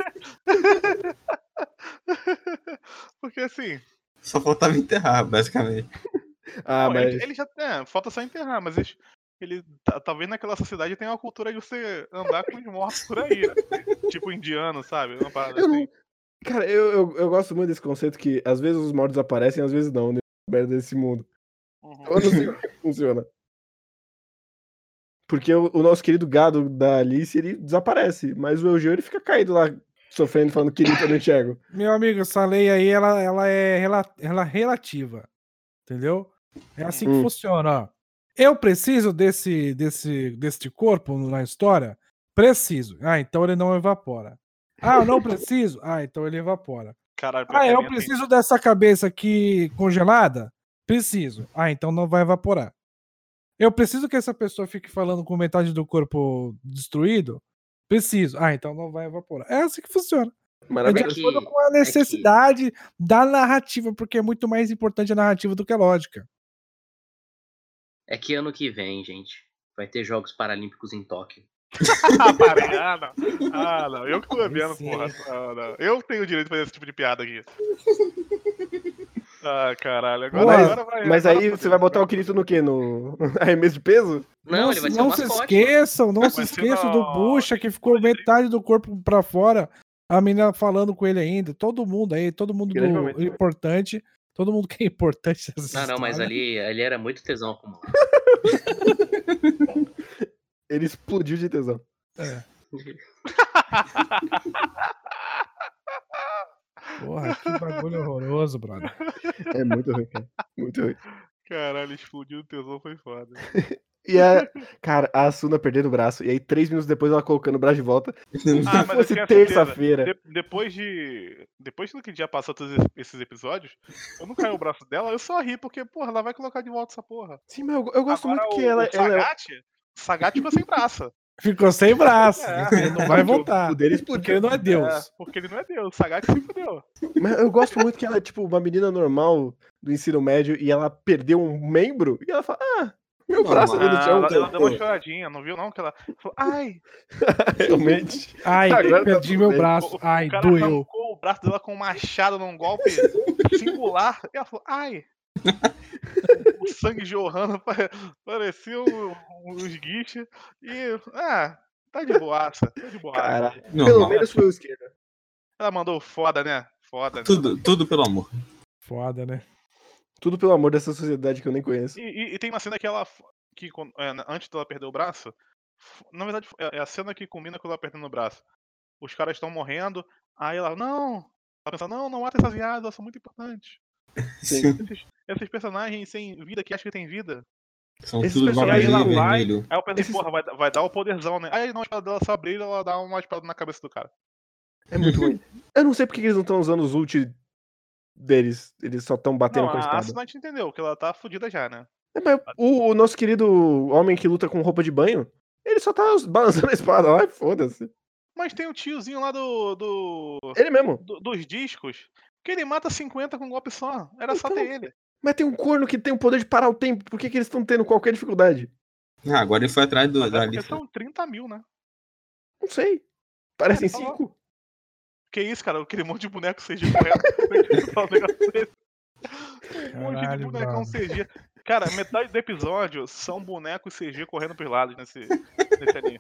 Porque assim. Só faltava enterrar, basicamente. Ah, Pô, mas. ele, ele já é, falta só enterrar, mas eles- ele, tá- talvez naquela sociedade tenha uma cultura de você andar com os mortos por aí, né? tipo indiano, sabe? Uma parada Eu não- assim. Cara, eu, eu, eu gosto muito desse conceito que às vezes os mortos aparecem, às vezes não, né? Merda desse mundo. Uhum. Eu não sei como que funciona. Porque o, o nosso querido gado da Alice, ele desaparece, mas o Eugênio ele fica caído lá, sofrendo, falando querido, eu não enxergo. Meu amigo, essa lei aí, ela, ela é rela- ela é relativa. Entendeu? É assim que Hum. funciona, ó. Eu preciso desse, desse, desse corpo na história? Preciso. Ah, então ele não evapora. Ah, eu não preciso? Ah, então ele evapora. Caralho, pior Ah, que é eu bem assim. preciso dessa cabeça aqui congelada? Preciso. Ah, então não vai evaporar. Eu preciso que essa pessoa fique falando com metade do corpo destruído? Preciso. Ah, então não vai evaporar. É assim que funciona. É de é que- acordo com a necessidade da narrativa, porque é muito mais importante a narrativa do que a lógica. É que ano que vem, gente, vai ter Jogos Paralímpicos em Tóquio. Ah, parei. Ah, não. Ah, não. Eu que tô bebendo, sim. porra. Ah, não. Eu tenho o direito de fazer esse tipo de piada aqui. Ah, caralho. Agora, Mas- agora vai. Mas agora aí fodeu. você vai botar o querido no quê? No arremesso de peso? Não, ele se- vai ser não um se mascote. esqueçam, não se Vai ser esqueçam na- do Bucha que ficou metade do corpo pra fora, a menina falando com ele ainda, todo mundo aí, todo mundo Grande do- momento. importante, todo mundo que é importante. nessa Não, não, mas história. ali, ali era muito tesão acumulado. Ele explodiu de tesão. Porra, que bagulho horroroso, brother. É muito ruim, cara. Muito ruim. Caralho, explodiu o tesão, foi foda. E a. Cara, a Asuna perdendo o braço. E aí, três minutos depois, ela colocando o braço de volta. Ah, Se mas eu fosse tinha certeza. terça-feira. De- depois de. Depois do que já passou todos es- esses episódios, eu não caí o braço dela, eu só ri, porque, porra, ela vai colocar de volta essa porra. Sim, mas eu, eu gosto Agora muito o, que ela. é O ela- Sagat, o Sagat ficou sem braço. Ficou sem braço, É. ele não vai voltar. O dele Porque ele não é Deus. É, porque ele não é Deus, o Sagat se fudeu. Mas eu gosto muito que ela é tipo uma menina normal do ensino médio e ela perdeu um membro e ela fala: Ah, meu Normal. braço né?" ali no Ah, chão. ela, ela tá- deu uma choradinha, não viu não? Que ela falou, ai, Realmente. Ai, Agora tá perdi tudo meu bem. braço. o, Ai, o cara tá doeu. arrancou o braço dela com um machado num golpe singular. E ela falou, ai. o sangue jorrando, pa- parecia um- uns guichos. E, ah, tá de boaça, tá de boaça. Caralho. Pelo Normal. menos foi o esquerdo. Ela mandou foda, né? Foda. né? Tudo, tudo pelo amor. Foda, né? Tudo pelo amor dessa sociedade que eu nem conheço. E, e- e tem uma cena que ela. f- Que, quando- é, na- antes dela perder o braço. f- Na verdade, é é a cena que combina com ela perdendo o braço. Os caras estão morrendo. Aí ela, não! Ela pensa, não, não mata essas viadas, elas são muito importantes. Sim. Esses, esses personagens sem vida que acham que tem vida. São Esses tudo personagens vermelho, lá vai- vermelho. Aí eu penso, Esses- porra, vai, vai dar o poderzão, né? Aí não, a espada dela só brilha, ela dá uma espada na cabeça do cara. É muito ruim. Eu não sei porque eles não estão usando os ult deles. Eles só estão batendo Não, com a a espada. Asuna entendeu que ela tá fudida já, né? É, mas o, o nosso querido homem que luta com roupa de banho, ele só tá us- balançando a espada lá e foda-se. Mas tem o tiozinho lá do, do- Ele mesmo. do- dos discos que ele mata 50 com um golpe só. Era só Então, ter ele. Mas tem um corno que tem o poder de parar o tempo. Por que, que eles estão tendo qualquer dificuldade? Ah, agora ele foi atrás do, Mas é da porque lista. são 30 mil, né? Não sei. Parecem É, tá lá. cinco. Que isso, cara? Aquele monte de boneco CG correndo. Tá um negócio desse. Um monte de Caralho, bonecão mano. CG. Cara, metade do episódio são bonecos CG correndo pros lados nesse, nesse anime.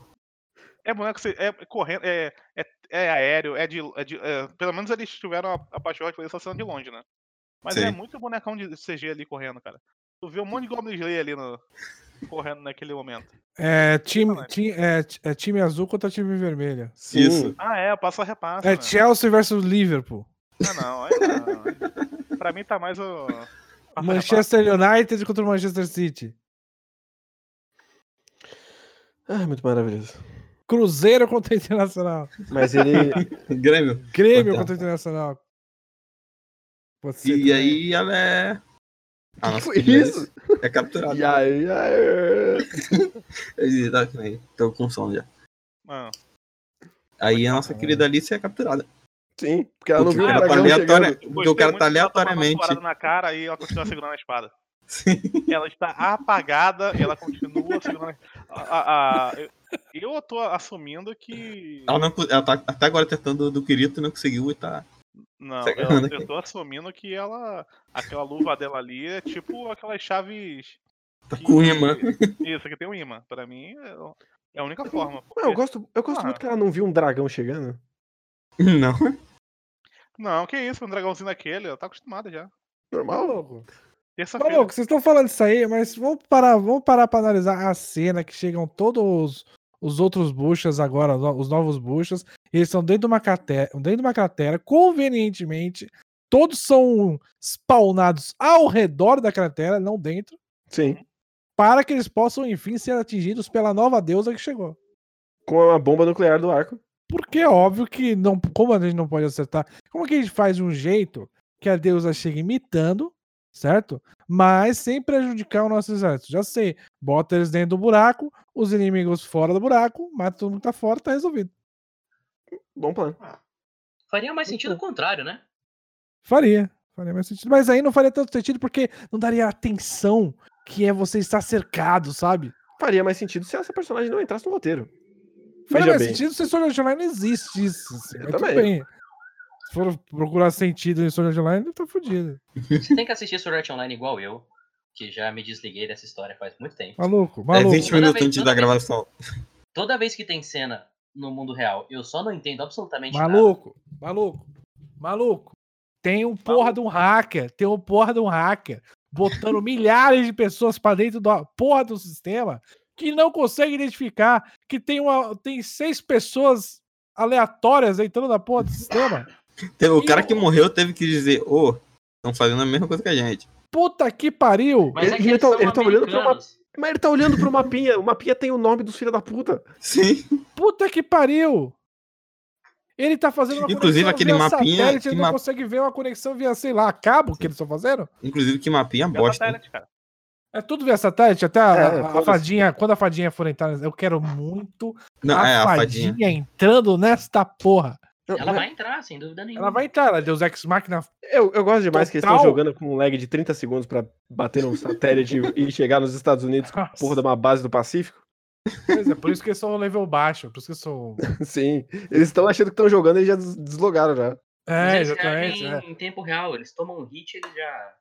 É boneco CG, é correndo, é, é, é aéreo, é de, é de- é- Pelo menos eles tiveram a, a paixão de fazer essa cena de longe, né? Mas é Sim. muito bonecão de CG ali correndo, cara. Tu vê um monte de Goblin Slayer ali no, correndo naquele momento. É time, ti- é, é time azul contra time vermelho. Isso. Ah, é, passa repassa. É né? Chelsea versus Liverpool. Ah, não, aí não. pra mim tá mais o. Manchester United contra o Manchester City. Ah, muito maravilhoso. Cruzeiro contra o Internacional. Mas ele. Grêmio. Grêmio Puta. contra o Internacional. Você E também. aí ela é. Que A nossa foi primeira Tipo isso? É capturada. E aí, aí. Ele tá com- aí, Tô com sono já. Não. Aí a nossa querida Alice é capturada. Sim, porque ela não Porque viu o o cara tá dragão aleatória. chegando. Porque o cara tá aleatoriamente. na cara e ela continua segurando a espada. Sim. Ela está apagada, ela continua segurando a, a, a- eu, eu tô assumindo que. Ela, não, co- ela tá até agora tentando do Kirito, não conseguiu e tá. Não, eu, Sacanagem. eu tô assumindo que ela. Aquela luva dela ali é tipo aquelas chaves. Tá que- com o imã. Isso, aqui tem um imã. Pra mim é, é a única forma. Não, eu porque- gosto, eu gosto Ah. muito que ela não viu um dragão chegando. Não. É Não, que isso, um dragãozinho daquele, ela tá acostumada já. Normal. Maluco. Terça-feira. Maluco, vocês estão falando isso aí, mas vamos parar, vamos parar pra analisar a cena que chegam todos os outros buchas agora, no- os novos buchas. Eles estão dentro de uma cratera, dentro de uma cratera, convenientemente. Todos são spawnados ao redor da cratera, não dentro, Sim. para que eles possam, enfim, ser atingidos pela nova deusa que chegou. Com uma bomba nuclear do arco. Porque é óbvio que não, como a gente não pode acertar, como que a gente faz um jeito que a deusa chega imitando, certo? Mas sem prejudicar o nosso exército. Já sei, bota eles dentro do buraco, os inimigos fora do buraco, mata todo mundo que tá fora, tá resolvido. Bom plano. Faria mais sentido o contrário, né? Faria, faria mais sentido. Mas aí não faria tanto sentido porque não daria a atenção que é você estar cercado, sabe? Faria mais sentido se essa personagem não entrasse no roteiro. Faria Veja mais bem. sentido se Sword Art Online existisse. Assim, Eu mas tudo também. bem. Se for procurar sentido em Sword Art Online, tá fudido. Você tem que assistir Sword Art Online igual eu, que já me desliguei dessa história faz muito tempo. Maluco, É maluco. 20 minutos Toda antes da vez- gravação. Toda vez que tem cena no mundo real, eu só não entendo absolutamente nada. Maluco, maluco, maluco. Tem um porra de um hacker, tem um porra de um hacker botando milhares de pessoas pra dentro da porra do sistema que não consegue identificar que tem, uma, tem seis pessoas aleatórias entrando na porra do sistema. Teve- o cara que morreu teve que dizer, ô, estão fazendo a mesma coisa que a gente. Puta que pariu! Mas Ele- é que ele eles tá- são ele tá olhando pra uma- americanos. Mas ele tá olhando pro mapinha. O mapinha tem o nome dos filhos da puta. Sim. Puta que pariu! Ele tá fazendo uma Inclusive, conexão aquele via mapinha, satélite, que ele não ma- consegue ver uma conexão via, sei lá, cabo que eles estão fazendo? Inclusive que mapinha É o bosta. tá- satélite, cara. É tudo via satélite, até a, É, a- a foda-se. fadinha, quando a fadinha for entrar, eu quero muito Não, a, é a fadinha. fadinha. entrando nesta porra. Não, Ela mas vai entrar, sem dúvida nenhuma. Ela vai entrar, ela é Deus Ex Machina. eu, eu gosto demais que eles estão Total. jogando com um lag de 30 segundos pra bater um satélite e chegar nos Estados Unidos com a porra de uma base do Pacífico. Pois é, por isso que eu sou um level baixo, por isso que eu sou... um- Sim. Eles estão achando que estão jogando e já des- deslogaram já. É, eles exatamente. é. reagem em tempo real, eles tomam um hit, eles já.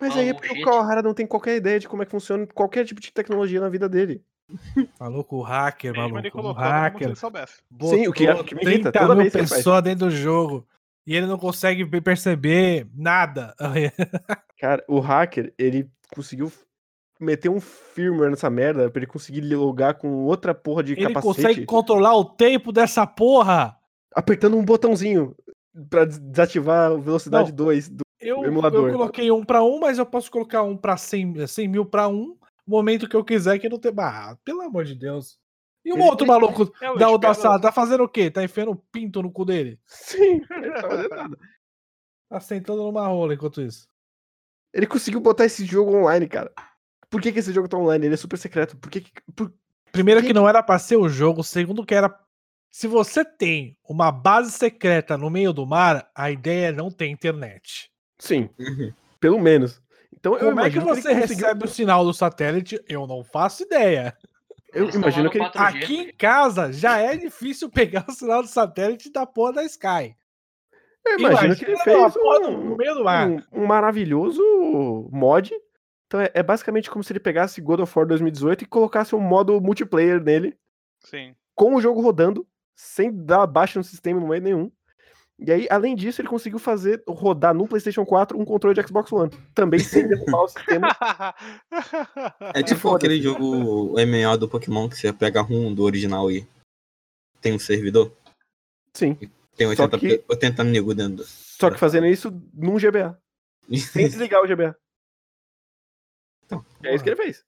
Mas Ah, aí é o porque o jeito. Kawahara não tem qualquer ideia de como é que funciona qualquer tipo de tecnologia na vida dele. Maluco, o hacker, Mesmo ele maluco, o colocando como se ele hacker. soubesse. Sim, o que é- o que me irrita, 30 toda mil vez que ele faz. pessoas dentro do jogo e ele não consegue be- perceber nada. Cara, o hacker, ele conseguiu meter um firmware nessa merda pra ele conseguir logar com outra porra de Ele capacete, consegue controlar o tempo dessa porra. apertando um botãozinho pra des- desativar a velocidade Não. 2 do Eu, eu emulador. coloquei um pra um, mas eu posso colocar um pra 100, 100 mil pra um, no momento que eu quiser, que não tem. Ah, pelo amor de Deus. E um Ele- é outro ele- maluco Eu da outra espero- sala tá fazendo o quê? Tá enfiando um pinto no cu dele? Sim, ele não tá fazendo nada. Tá sentando numa rola enquanto isso. Ele conseguiu botar esse jogo online, cara. Por que, que esse jogo tá online? Ele é super secreto. Por que, que- por- Primeiro Que- que não era pra ser o jogo, segundo que era. Se você tem uma base secreta no meio do mar, a ideia é não ter internet. Sim, Uhum. pelo menos. Então eu Como é que imagino ele você conseguiu- recebe o sinal do satélite? Eu não faço ideia. Eu Eles estão imagino lá no que ele- 4G, Aqui em casa já é difícil pegar o sinal do satélite da porra da Sky. Eu imagino que ele Imagina é fez uma porra do- um- no meio do mar. um, um maravilhoso mod. Então é, é basicamente como se ele pegasse God of War 2018 e colocasse um modo multiplayer nele, Sim. com o jogo rodando, sem dar baixa no sistema em momento nenhum. E aí, além disso, ele conseguiu fazer rodar no PlayStation 4 um controle de Xbox One. Também sem derrubar o sistema. É tipo Foda-se. aquele jogo MMO do Pokémon que você pega um do original e tem um servidor. Sim. Tem Só 80, que- pe- 80 nego dentro do. Só que fazendo isso num GBA. Sem desligar o GBA. Então, é isso que ele fez.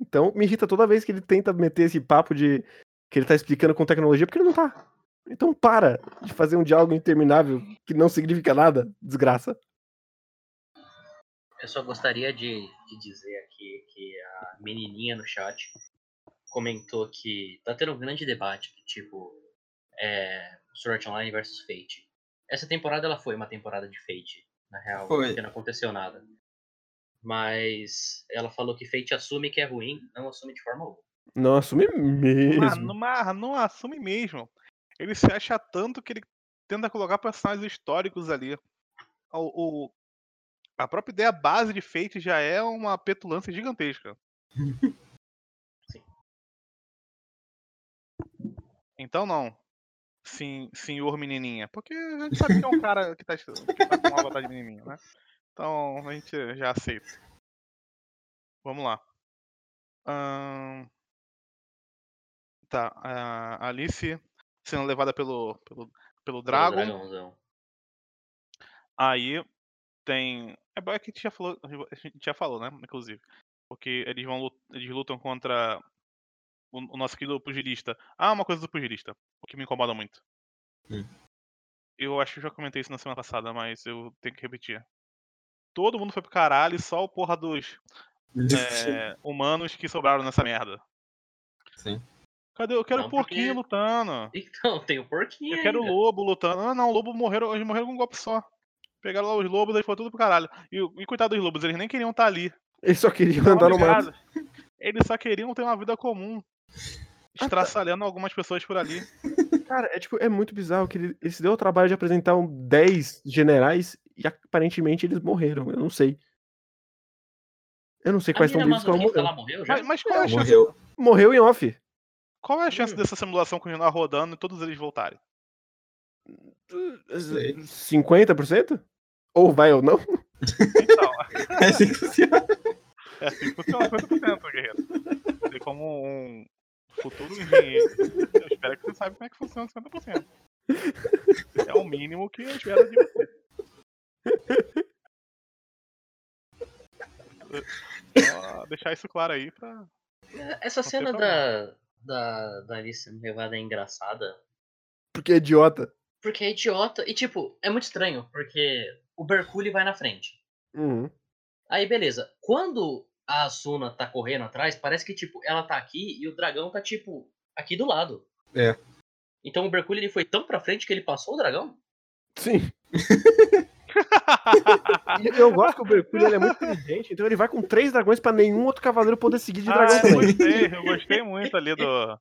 Então, me irrita toda vez que ele tenta meter esse papo de que ele tá explicando com tecnologia, porque ele não tá. Então para de fazer um diálogo interminável que não significa nada, desgraça. Eu só gostaria de, de dizer aqui que a menininha no chat comentou que tá tendo um grande debate, que, tipo, é, Sword Art Online versus Fate. Essa temporada ela foi uma temporada de Fate, na real, Foi. porque não aconteceu nada. Mas ela falou que Fate assume que é ruim, não assume de forma alguma. Não assume mesmo. Mano, mas não assume mesmo. Ele se acha tanto que ele tenta colocar personagens históricos ali. O, o- a própria ideia base de Fate já é uma petulância gigantesca. Sim. Então não. Sim, senhor menininha. Porque a gente sabe que é um cara que tá, que tá com uma vontade de menininha, né? Então a gente já aceita. Vamos lá. Ahn. Tá, a Alice sendo levada pelo, pelo, pelo Dragon. Dragãozão. Aí tem. É bom que a gente já falou, a gente já falou, né? Inclusive. Porque eles vão lut- eles lutam contra o, o nosso querido pugilista. Ah, uma coisa do pugilista, o que me incomoda muito. Hum. Eu acho que eu já comentei isso na semana passada, mas eu tenho que repetir. Todo mundo foi pro caralho, e só o porra dos é, humanos que sobraram nessa merda. Sim. Cadê? Eu quero Não, o porquinho porque- lutando. Então, tem o porquinho. né? Eu quero um o ainda. lobo lutando. Ah, não, o lobo morreram, eles morreram com um golpe só. Pegaram lá os lobos, aí foi tudo pro caralho. E, o- e coitado dos lobos, eles nem queriam estar ali. Ele só queria Tá andar no mato. ligado? Eles só queriam ter uma vida comum. Estraçalhando algumas pessoas por ali. Cara, é tipo, é muito bizarro que ele, ele se deu o trabalho de apresentar um 10 generais e aparentemente eles morreram. Eu não sei. Eu não sei A quais estão mina vivos e quais masoquista, morreram. ela morreu já? Mas, mas qual, é a chance, Morreu. Morreu em off. qual é a chance dessa simulação continuar rodando e todos eles voltarem? 50%? Ou vai ou não? Então, É assim que funciona. é assim que funciona 50%, guerreiro. E como um futuro engenheiro, eu espero que você saiba como é que funciona 50%. É o mínimo que eu espero de você. Só deixar isso claro aí pra. É, Essa tem cena problema. da, da, da Alice sendo levada é engraçada. Porque é idiota. Porque é idiota. E, tipo, é muito estranho, porque o Bercule vai na frente. Uhum. Aí, beleza. Quando a Asuna tá correndo atrás, parece que, tipo, ela tá aqui e o dragão tá, tipo, aqui do lado. É. Então o Bercule, ele foi tão pra frente que ele passou o dragão? Sim. E Eu gosto que o Mercúrio ele é muito inteligente, então ele vai com três dragões pra nenhum outro cavaleiro poder seguir de Ah, dragão eu também. gostei, eu gostei muito ali do. um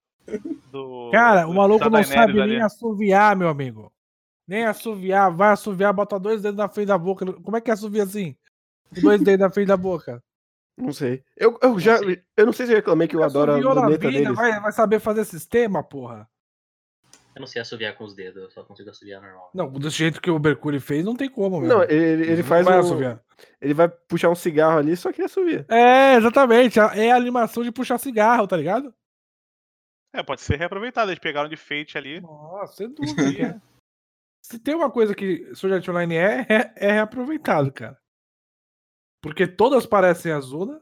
do Cara, o do- da maluco não Daenerys sabe ali. nem assoviar, meu amigo. Nem assoviar, vai assoviar, bota dois dedos na frente da boca. Como é que assovia assim? Com Dois dedos na frente da boca. Não sei. Eu, eu já. Eu não sei se eu reclamei É que eu adoro a Assoviou na luneta vida, deles. vai, vai saber fazer sistema, porra. Eu não sei assoviar com os dedos, eu só consigo assoviar normal. Não, do jeito que o Mercúrio fez, não tem como, meu. Não, ele, ele faz. Uhum. vai Um, assoviar. ele vai puxar um cigarro ali, só que ele assovia. É, exatamente. a- É a animação de puxar cigarro, tá ligado? É, pode ser reaproveitado. Eles pegaram de feite ali. Nossa, sem dúvida. cara. Se tem uma coisa que Sword Art Online é, é, é reaproveitado, cara. Porque todas parecem né? Azuna,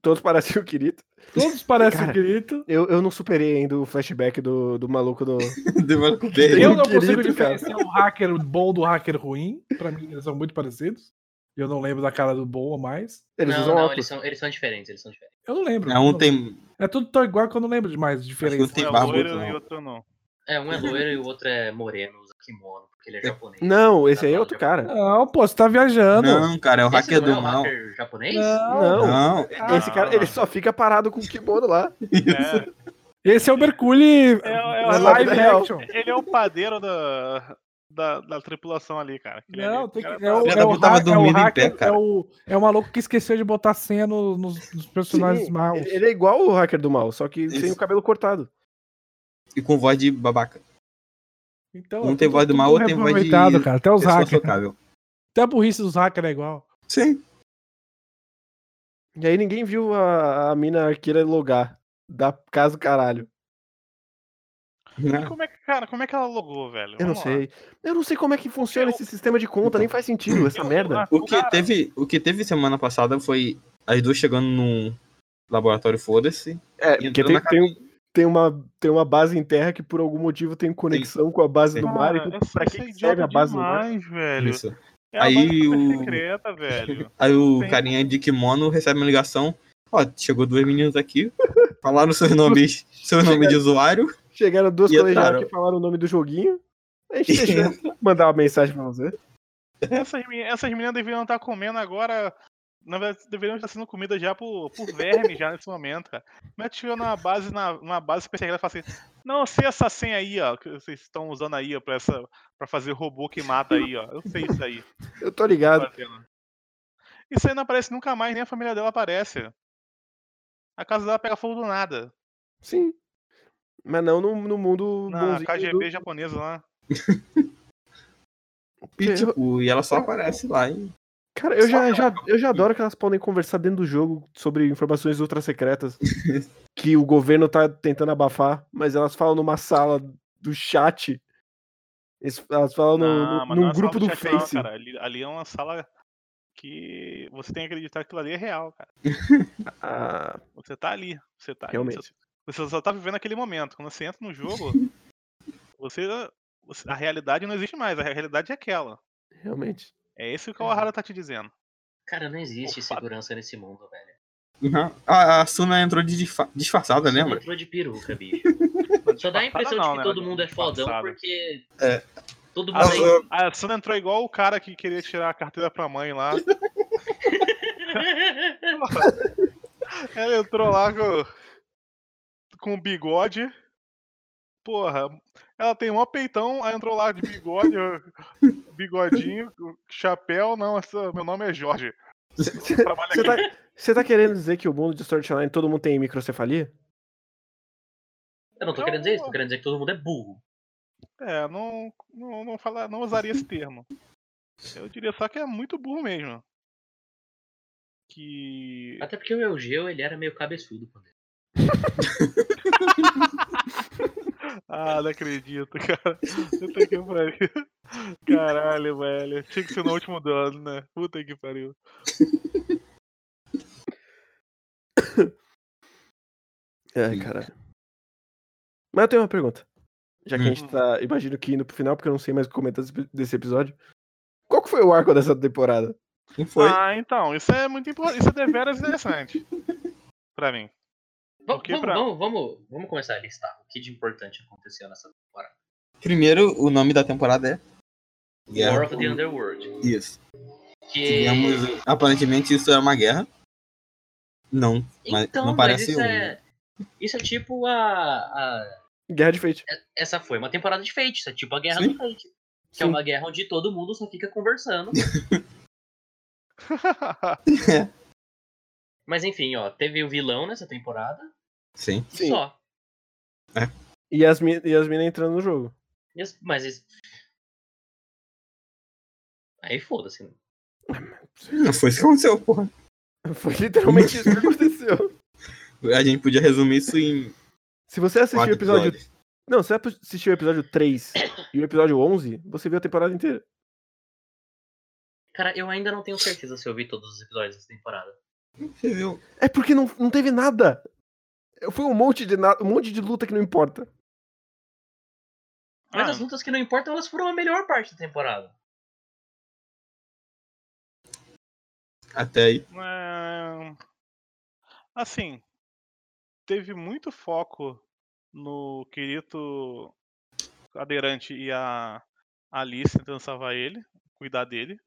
Todos pareciam o Kirito. todos parecem Cara, o Kirito. Eu, eu não superei ainda o flashback do, do maluco do. Demora com Tem Eu o não consigo Kirito, é um cara. diferenciar o hacker bom do hacker ruim. Pra mim, eles são muito parecidos. Eu não lembro da cara do bom a mais. Eles não, usam não, eles óculos. são, eles são diferentes, eles são diferentes. Eu não lembro. É, eu um não- tem. é tudo tão igual que eu não lembro de mais diferença. Tem um é barba, então. loiro não. e outro não. É, um é loiro e o outro é moreno, usa kimono, porque ele é japonês. Não, esse aí é outro cara. Não, pô, você tá viajando. Não, cara, é o Esse hacker não é do o mal. hacker japonês? Não. Não, Esse cara, ele só fica parado com o kimono lá. É, Esse é o Mercúrio é, é, Na é, live real. action. Ele é o padeiro da, da, da tripulação ali, cara. Aquele Não, ali, tem cara, que. É o, filha é da o, puta tava hack- é o dormindo em hacker- pé, cara. é o, é o maluco que esqueceu de botar senha no- nos, nos personagens Sim, maus. Ele, ele é igual o hacker do mal, só que sem Isso. o cabelo cortado. E com voz de babaca. Então, Um tem voz do mal, maluco outro tem voz de. cara. Até os pessoa hackers. socável. Até a burrice dos hackers é igual. Sim. E aí ninguém viu a, a mina arqueira logar. Da casa do caralho. né? E como é que, cara, como é que ela logou, velho? Eu não Vamos lá. sei. Eu não sei como é que funciona esse sistema de conta, nem faz sentido essa Eu- merda. ah, O que, cara, teve, o que teve semana passada foi as duas chegando num laboratório, foda-se. É, entrou porque tem, na tem, um- tem uma, tem uma base em terra que por algum motivo tem conexão com a base do Sim. mar. cara, Então, essa- pra essa que é que serve a idiota base do mar? demais, velho. Isso. É a Aí base super o- secreta, velho. Aí o Sim. carinha de kimono recebe uma ligação. Ó, chegou duas meninas aqui, falaram seus nomes, seu nome de usuário. Chegaram duas E colegiadas otário. que falaram o nome do joguinho. A gente deixou mandar uma mensagem pra você. Essas, meni- essas meninas deveriam estar comendo agora. Na verdade, deveriam estar sendo comida já por, por verme já nesse momento, cara. Como é que chegou numa base, na, numa base super secreta e fala assim, não, eu sei essa senha aí, ó, que vocês estão usando aí, ó, pra, essa, pra fazer o robô que mata aí, ó. Eu sei isso aí. Eu tô ligado. fazendo. Isso aí não aparece nunca mais, nem a família dela aparece. A casa dela pega fogo do nada. Sim. Mas não no, no mundo Na Um bonzinho KGB do- japonesa lá. E, tipo, e ela só aparece lá. E... Cara, eu já, já, eu já adoro que elas podem conversar dentro do jogo sobre informações ultra secretas que o governo tá tentando abafar, mas elas falam numa sala do chat. Eles- Elas falam no, Não, no- mas num não é sala grupo do chat não, Face. cara. Ali, ali é uma sala que você tem que acreditar que aquilo ali é real, cara. Ah, Você tá ali. Você tá ali, Realmente. você- Você só tá vivendo aquele momento. Quando você entra no jogo, você, você- A realidade não existe mais. A realidade é aquela. realmente. É isso que o Ohara tá te dizendo. Cara, não existe Opa. segurança nesse mundo, velho. Uhum. A, a Suna entrou de disfa- disfarçada, Só lembra? entrou de peruca, bicho. Só dá a impressão não, de que né, todo ela mundo é fodão disfarçada. porque. É. Todo A mundo é aí. Suna, a Suna entrou igual o cara que queria tirar a carteira pra mãe lá. Ela entrou lá com, com o bigode. Porra, ela tem mó peitão, aí entrou lá de bigode, bigodinho, chapéu. Não, essa- meu nome é Jorge. Eu trabalho Você aqui. tá, você tá querendo dizer que o mundo de Sword Art Online todo mundo tem microcefalia? Eu não tô Não, querendo dizer isso, não. tô querendo dizer que todo mundo é burro. É, não, não, não, fala, não usaria esse termo. Eu diria só que é muito burro mesmo. Que. Até porque o Eugeu, ele era meio cabeçudo quando ele. Ah, não acredito, cara. Eu tô aqui pra mim. Caralho, velho. Tinha que ser no último do ano, né? Puta que pariu. Ai, Sim. caralho. É, Mas eu tenho uma pergunta. Já que a gente Hum. tá, imagino que indo pro final, porque eu não sei mais o que comentar desse- desse episódio. Qual que foi o arco dessa temporada? Não foi. Ah, então, isso é muito importante. Isso é deveras interessante. Pra mim. Vamos, Porque vamos, pra- vamos, vamos, vamos começar a listar o que de importante aconteceu nessa temporada. Primeiro, o nome da temporada é. um é War of the Underworld. Isso. Que. Tivemos, aparentemente, isso é uma guerra. Não, mas Então, não mas parece isso um. é. Isso é tipo a, a- Guerra de Fate. Essa foi uma temporada de Fate, isso é tipo a guerra Sim. do Fate. Que é uma guerra onde todo mundo só fica conversando. Mas enfim, ó, teve o vilão nessa temporada. Sim. Sim. Só. E as, mi- e as minas entrando no jogo. E as- Mas. es- Aí foda-se, né? Não foi isso que aconteceu, porra. Foi literalmente isso que aconteceu. A gente podia resumir isso em Se você assistiu o quatro episódio. episódios. Não, se você assistiu o episódio 3 e o episódio 11, você viu a temporada inteira. Cara, eu ainda não tenho certeza se eu vi todos os episódios dessa temporada. Você viu? É porque não, não teve nada. Foi um monte de nada, um monte de luta que não importa. Mas assim. Ah. as lutas que não importam, elas foram a melhor parte da temporada. Até aí. É, Assim, teve muito foco no querido cadeirante e a Alice tentando salvar ele, cuidar dele.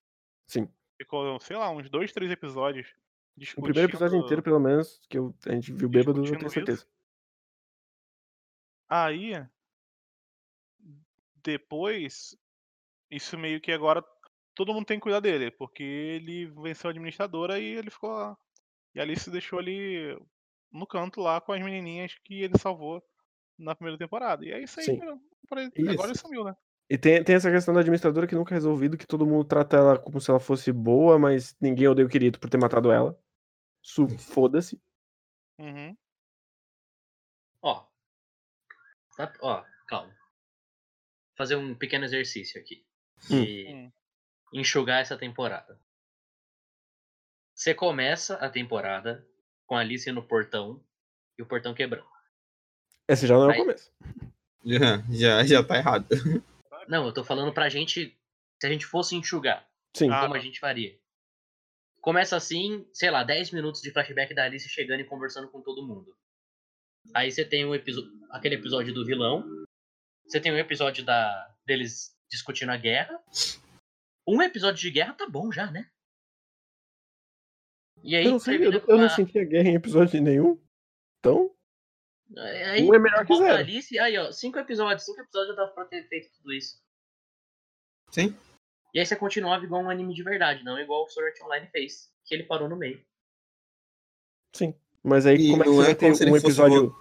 Sim. Ficou, sei lá, uns dois, três episódios O discutindo. primeiro episódio inteiro, pelo menos, que eu- a gente viu bêbado, eu Discutindo tenho certeza. Aí, depois, isso meio que agora todo mundo tem que cuidar dele, porque ele venceu a administradora e ele ficou lá. E a Alice deixou ele no canto lá com as menininhas que ele salvou na primeira temporada. E é isso aí. Sim. cara. Por aí- Isso. Agora ele sumiu, né? E tem, tem essa questão da administradora que nunca é resolvido, que todo mundo trata ela como se ela fosse boa, mas ninguém odeia o querido por ter matado ela. Su- Foda-se. Uhum. Ó. Tá- ó, calma. fazer um pequeno exercício aqui. Hum. E Hum. enxugar essa temporada. Você começa a temporada com a Alice no portão e o portão quebrando. Esse já não é Aí- o começo. Já, já, já tá errado. Não, eu tô falando pra gente. Se a gente fosse enxugar, Sim. Ah, como a gente faria? Começa assim, sei lá, 10 minutos de flashback da Alice chegando e conversando com todo mundo. Aí você tem um episo- aquele episódio do vilão. Você tem um episódio da deles discutindo a guerra. Um episódio de guerra tá bom já, né? E aí, eu não sei, eu, termina eu com não a- senti a guerra em episódio nenhum. Então, Aí, um é melhor que volta a zero. Alice, aí, ó, cinco episódios, cinco episódios já dá pra ter feito tudo isso. Sim. E aí você continuava igual um anime de verdade, não igual o Sword Art Online fez, que ele parou no meio. Mas aí, E como é que não você é vai como se ter ele um fosse episódio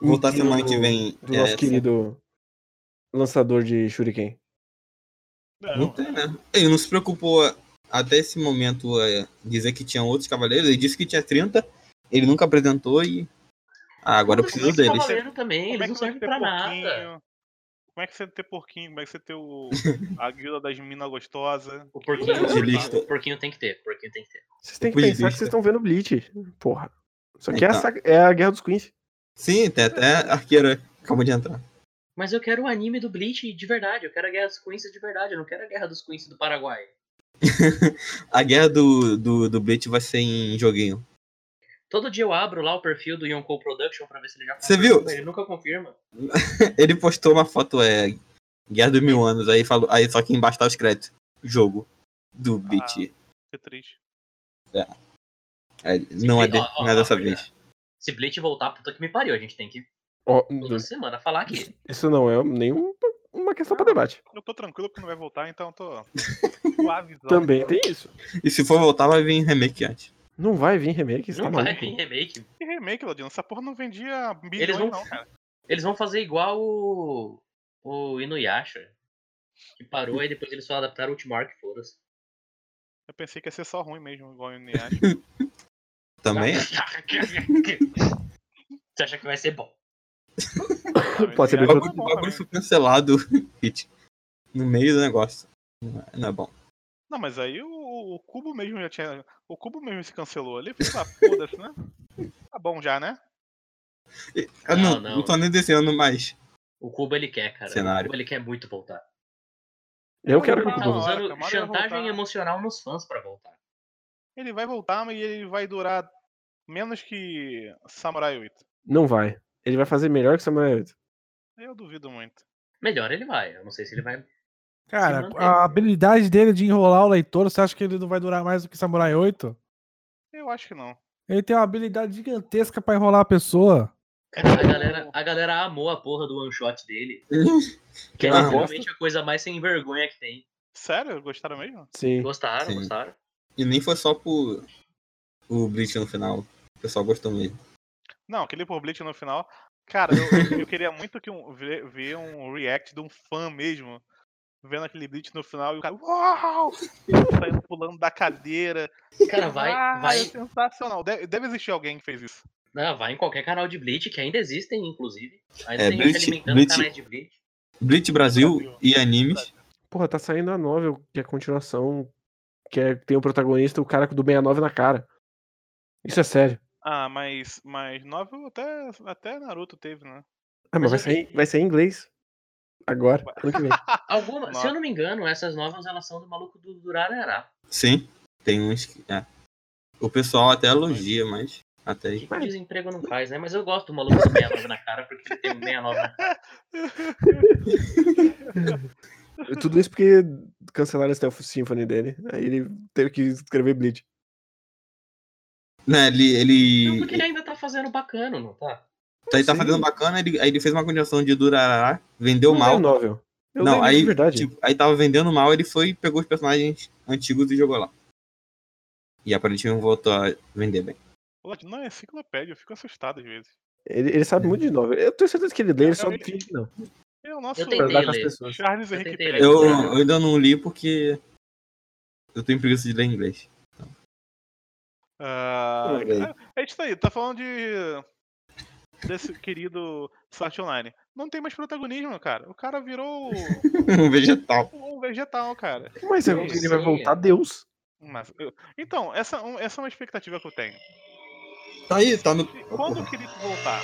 Voltar inteiro semana do- que vem. do é, nosso querido lançador de Shuriken? Não Não, tem, né? Ele não se preocupou a- até esse momento é, dizer que tinha outros cavaleiros. Ele disse que tinha 30, ele nunca apresentou e. Ah, agora eu Mas preciso esses deles. cavaleiros tá também, é eles não servem pra nada. Como é que você vai ter porquinho? Como é que você tem o... a guilda das minas gostosa? O porquinho, é Não, o porquinho, lista. o porquinho tem que ter, o porquinho tem que ter. Vocês têm que Pois pensar que existe. vocês estão vendo Bleach. Porra. Isso aqui é, a Então. saga- é a guerra dos Queens. Sim, tem até arqueira acabou de entrar. Mas eu quero o anime do Bleach de verdade, eu quero a Guerra dos Queens de verdade, eu não quero a Guerra dos Queens do Paraguai. A guerra do, do, do Blitz vai ser em joguinho. Todo dia eu abro lá o perfil do Yonkou Production pra ver se ele já Você confirma, viu? Ele nunca confirma. Ele postou uma foto, é. Guerra dos Mil Anos, aí falou. Aí só que embaixo tá os créditos. Jogo. Do Blitz. Ah, Que triste. É, não, é de- Ó, ó, não é dessa ó, vez. Se Bleach voltar, puta que me pariu, a gente tem que Ó, Uhum. toda semana falar aqui. isso não é nenhuma uma questão pra debate. Eu tô tranquilo porque não vai voltar, então eu tô suavizão. Também tem isso. E se for voltar, vai vir remake antes. Não vai vir remake, isso Não tá vai maluco. vir remake. E remake, Ladino. Essa porra não vendia bilhões, vão- não, cara. Eles vão fazer igual o, o Inuyasha, que parou e depois eles só adaptaram o último arco e foda-se. Eu pensei que ia ser só ruim mesmo, igual o Niash. Tá. Também é. Você acha que vai ser bom? Pode ser bem O bagulho, outro. o bagulho foi cancelado Hit. no meio do negócio. Não é- não é bom. Não, mas aí o, o Cubo mesmo já tinha. O Cubo mesmo se cancelou ali. Falei, ah, foda-se, né? Tá bom já, né? Eu Ah, não, Não, não. não tô nem desenhando mais. O Cuba ele quer, cara. O Cenário. Cuba ele quer muito voltar. Eu quero que Ele o Tá tá na hora, Kubo cara. Uma hora usando ele vai chantagem voltar. emocional nos fãs pra voltar. Ele vai voltar, mas ele vai durar menos que Samurai 8. Não vai. Ele vai fazer melhor que Samurai 8. Eu duvido muito. Melhor ele vai. Eu não sei se ele vai. Se Cara, mantém. a habilidade dele de enrolar o leitor, você acha que ele não vai durar mais do que Samurai 8? Eu acho que não. Ele tem uma habilidade gigantesca pra enrolar a pessoa. Cara, a galera, a galera amou a porra do one shot dele. Que é Ah, realmente a coisa mais sem vergonha que tem. Sério? Gostaram mesmo? Sim. Gostaram, Sim. gostaram. E nem foi só por o Blitz no final. O pessoal gostou mesmo. Não, aquele Public no final. Cara, eu, eu queria muito que um, ver, ver um react de um fã mesmo. Vendo aquele Blitz no final e o cara. Uau! Saindo pulando da cadeira. Cara, vai, ah, vai, É sensacional. Deve, deve existir alguém que fez isso. Não, vai em qualquer canal de Bleach, que ainda existem, inclusive. Ainda É, tem Bleach- gente alimentando Bleach- canais de Bleach. Blitz Brasil e animes. Porra, tá saindo a novel, que é a continuação, que é- tem o protagonista, o cara do 69 na cara. Isso é sério. Ah, mas, mas novel até, até Naruto teve, né? Ah, mas Mas vai eu- sair, vai sair em inglês. Agora, ano que vem. Alguma, se Nossa. eu não me engano, essas novas elas são do maluco do Durarará. Sim, tem uns que. é. O pessoal até elogia, mas. Até aí. Que desemprego não faz, né? Mas eu gosto do maluco do 69 na cara, porque ele tem um 69 na cara. Tudo isso porque cancelaram a Stealth Symphony dele. Aí ele teve que escrever Bleach. Né, ele. Não, porque ele ele ainda tá fazendo bacana, não tá? tá, ele tá Sim. fazendo bacana, ele, aí ele fez uma continuação de Durará, vendeu Não é mal. um novel. Eu Não, lembro de aí, verdade. tipo, aí tava vendendo mal, ele foi e pegou os personagens antigos e jogou lá. E aparentemente voltou a vender bem. Pô, Não é enciclopédia, eu fico assustado às vezes. Ele, ele sabe muito de novel. Eu tenho certeza que ele lê, ele só Eu- não finge que não. É o nosso tentei Pra dar com as ler. pessoas. Charles Eu Henrique tentei né? Pérez. ler. Eu, eu ainda não li porque eu tenho preguiça de ler inglês. Ah, Olha aí. é isso aí, tá falando de desse querido Sword Art Online. Não tem mais protagonismo, cara. O cara virou um vegetal. um vegetal, cara. Mas é eu ele vai sei. voltar, Deus. Mas eu- Então, essa, um- essa é uma expectativa que eu tenho. Tá aí, tá no. E Quando o Kirito voltar?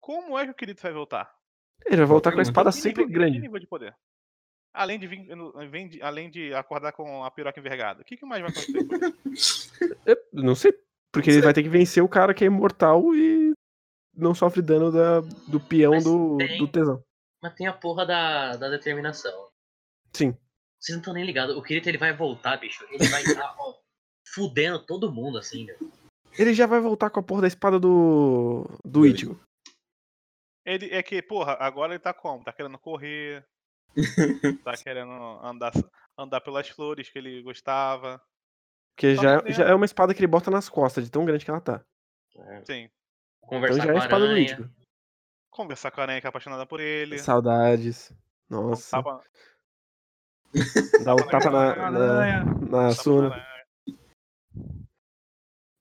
Como é que o Kirito vai voltar? Ele vai voltar com a pergunta. espada Que Tá sempre nível- que grande. nível de poder? Além de, vir- vem de- além de acordar com a piroca envergada. O que, que mais vai acontecer? com ele? Eu É, não sei. Porque ele vai ter que vencer o cara que é imortal e não sofre dano da, do peão Mas do, tem- do tesão. Mas tem a porra da, da determinação. Sim. Vocês não estão nem ligados. O Kirito ele vai voltar, bicho. Ele vai estar ó, fudendo todo mundo, assim, meu. Ele já vai voltar com a porra da espada do. do Ichigo. Ele é que, porra, agora ele tá como? Tá querendo correr. tá querendo andar, andar pelas flores que ele gostava. Porque Tá já, fudendo. já é uma espada que ele bota nas costas, de tão grande que ela tá. Sim. Então já Conversar é a com a espada do aranha. Ichigo. Conversar com a aranha que é apaixonada por ele. Saudades. Nossa. Tapa, Dá o um tapa tapa na na, na, aranha, na tapa Suna. na aranha.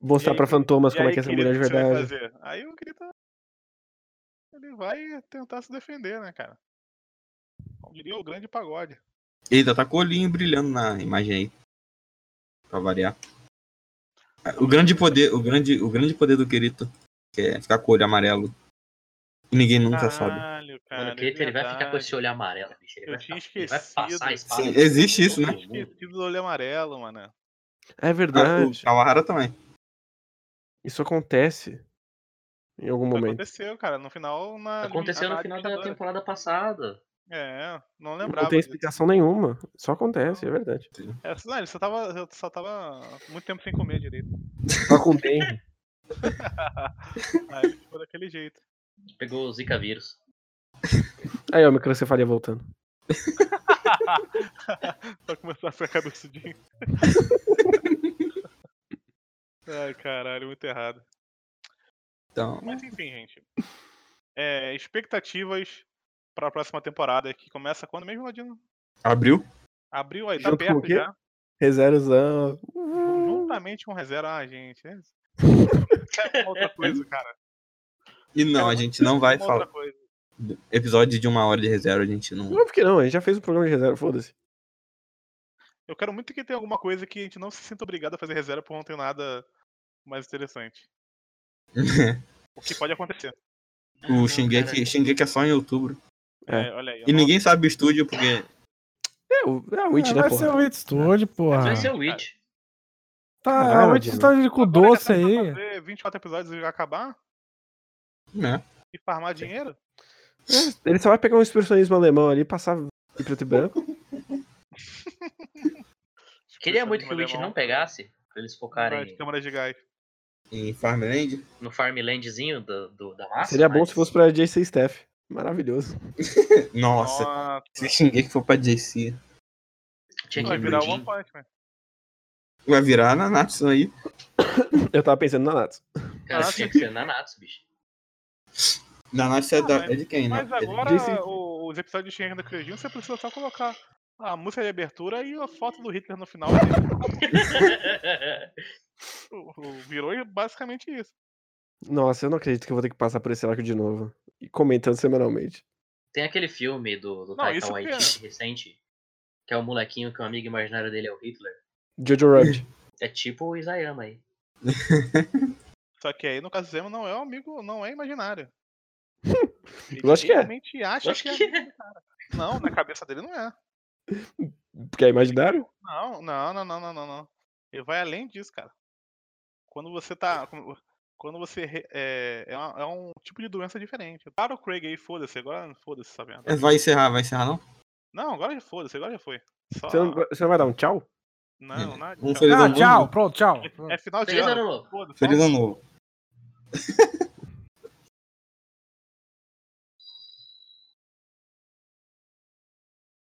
Mostrar E aí, pra fantomas E como é aí, que é essa querido, mulher de o que você vai verdade. fazer? Aí o Kirito. Ele vai tentar se defender, né, cara? Como diria o grande pagode. Eita, tá com o olhinho brilhando na imagem aí. Pra variar. Ah, O grande poder, o grande, o grande poder do Kirito, que é ficar com o olho amarelo. E ninguém Ah. nunca sabe. Ah, Caralho, cara. Mano, o é Kirito ele vai ficar com verdade. esse olho amarelo, bicho. Ele Eu vai, tinha ficar- ele vai passar a esquecido. espada. Sim, em existe isso, todo né? mundo. Esquecido do olho amarelo, mano. É Ah, o verdade. Kawahara também. Isso acontece. Em algum momento. Aconteceu, cara. No final, na. Aconteceu na no final da Libertadores. temporada passada. É, não Não lembrava. tem disso. explicação nenhuma. Só acontece, é verdade. É, não, ele só tava, eu só tava muito tempo sem comer direito. Só com o Denry. Aí ele ficou daquele jeito. Pegou o Zika vírus. Aí, ó, a microcefalia voltando. Só começou a ficar cabeçudinho. Ai, caralho, muito errado. Então, Mas enfim, gente. É, expectativas pra próxima temporada, que começa quando mesmo, Ladino? abriu. Abriu aí, tá Junto com o perto quê? já. Rezerozão. Juntamente com o Rezero. Ah, gente. né? É uma outra coisa, cara. é E não, a gente não vai Uma outra falar. coisa. Episódio de uma hora de reserva, a gente não. Não, por que não? A gente já fez o programa de reserva, foda-se. Eu quero muito que tenha alguma coisa que a gente não se sinta obrigado a fazer reserva por não ter nada mais interessante. O que pode acontecer. o cara. Shingeki, Shingeki é só em outubro. É. É, olha aí. E ninguém sabe o estúdio, porque É, o, é o Witch, Ah, né, vai porra? ser o It Studio, porra. Ah. Vai ser o Ah, Witch. tipo, Tá, Caralho, o It Dino. Studio com Agora doce dá assim pra aí. Fazer 24 episódios e acabar né? e farmar dinheiro? Ele só vai pegar um expressionismo alemão ali, passar em preto e branco. Queria muito que o é Witch não pegasse. Pra eles As focarem câmeras de gás. Em Farmland. no farmlandzinho do, do- da massa. Seria bom mas- se fosse pra JC Steph. Maravilhoso. Nossa, se Shingeki for pra JC, Tinha que vai ir virar pro o One Jin. Punch Man. vai virar na Natsu aí. Eu tava pensando na Natsu. Cara, tinha que ser Nanatsu, bicho. Na Natsu é, Ah, da- mas- é de quem, né? Mas É de- agora, disse- o- os episódios de Shinra do Kyojin, você precisa só colocar a música de abertura e a foto do Hitler no final. O- o- Virou basicamente isso. Nossa, eu não acredito que eu vou ter que passar por esse arco de novo. E comentando semanalmente. Tem aquele filme do, do Não, Taika isso que é- Waititi recente, que é o molequinho que o amigo imaginário dele é o Hitler. Jojo Rabbit. É tipo o Isayama aí. Só que aí, no caso do Zemo, não é um amigo, não é imaginário. Ele Eu acho que é. realmente acha Acho que é. que é. Não, na cabeça dele não é. Porque é imaginário? Não, não, não, não, não, não, não. Ele vai além disso, cara. Quando você tá. como- Quando você. re- É, é, uma- é um tipo de doença diferente. Para o Craig aí, foda-se. Agora foda-se essa merda. É, Vai encerrar, vai encerrar não? Não, agora já foda-se, agora já foi. Só. Você não, você não vai dar um tchau? Não, nada. Um de feliz Ah, ano novo. tchau, pronto, tchau. É final de Feliz ano ano. novo. foda-se. Feliz ano novo.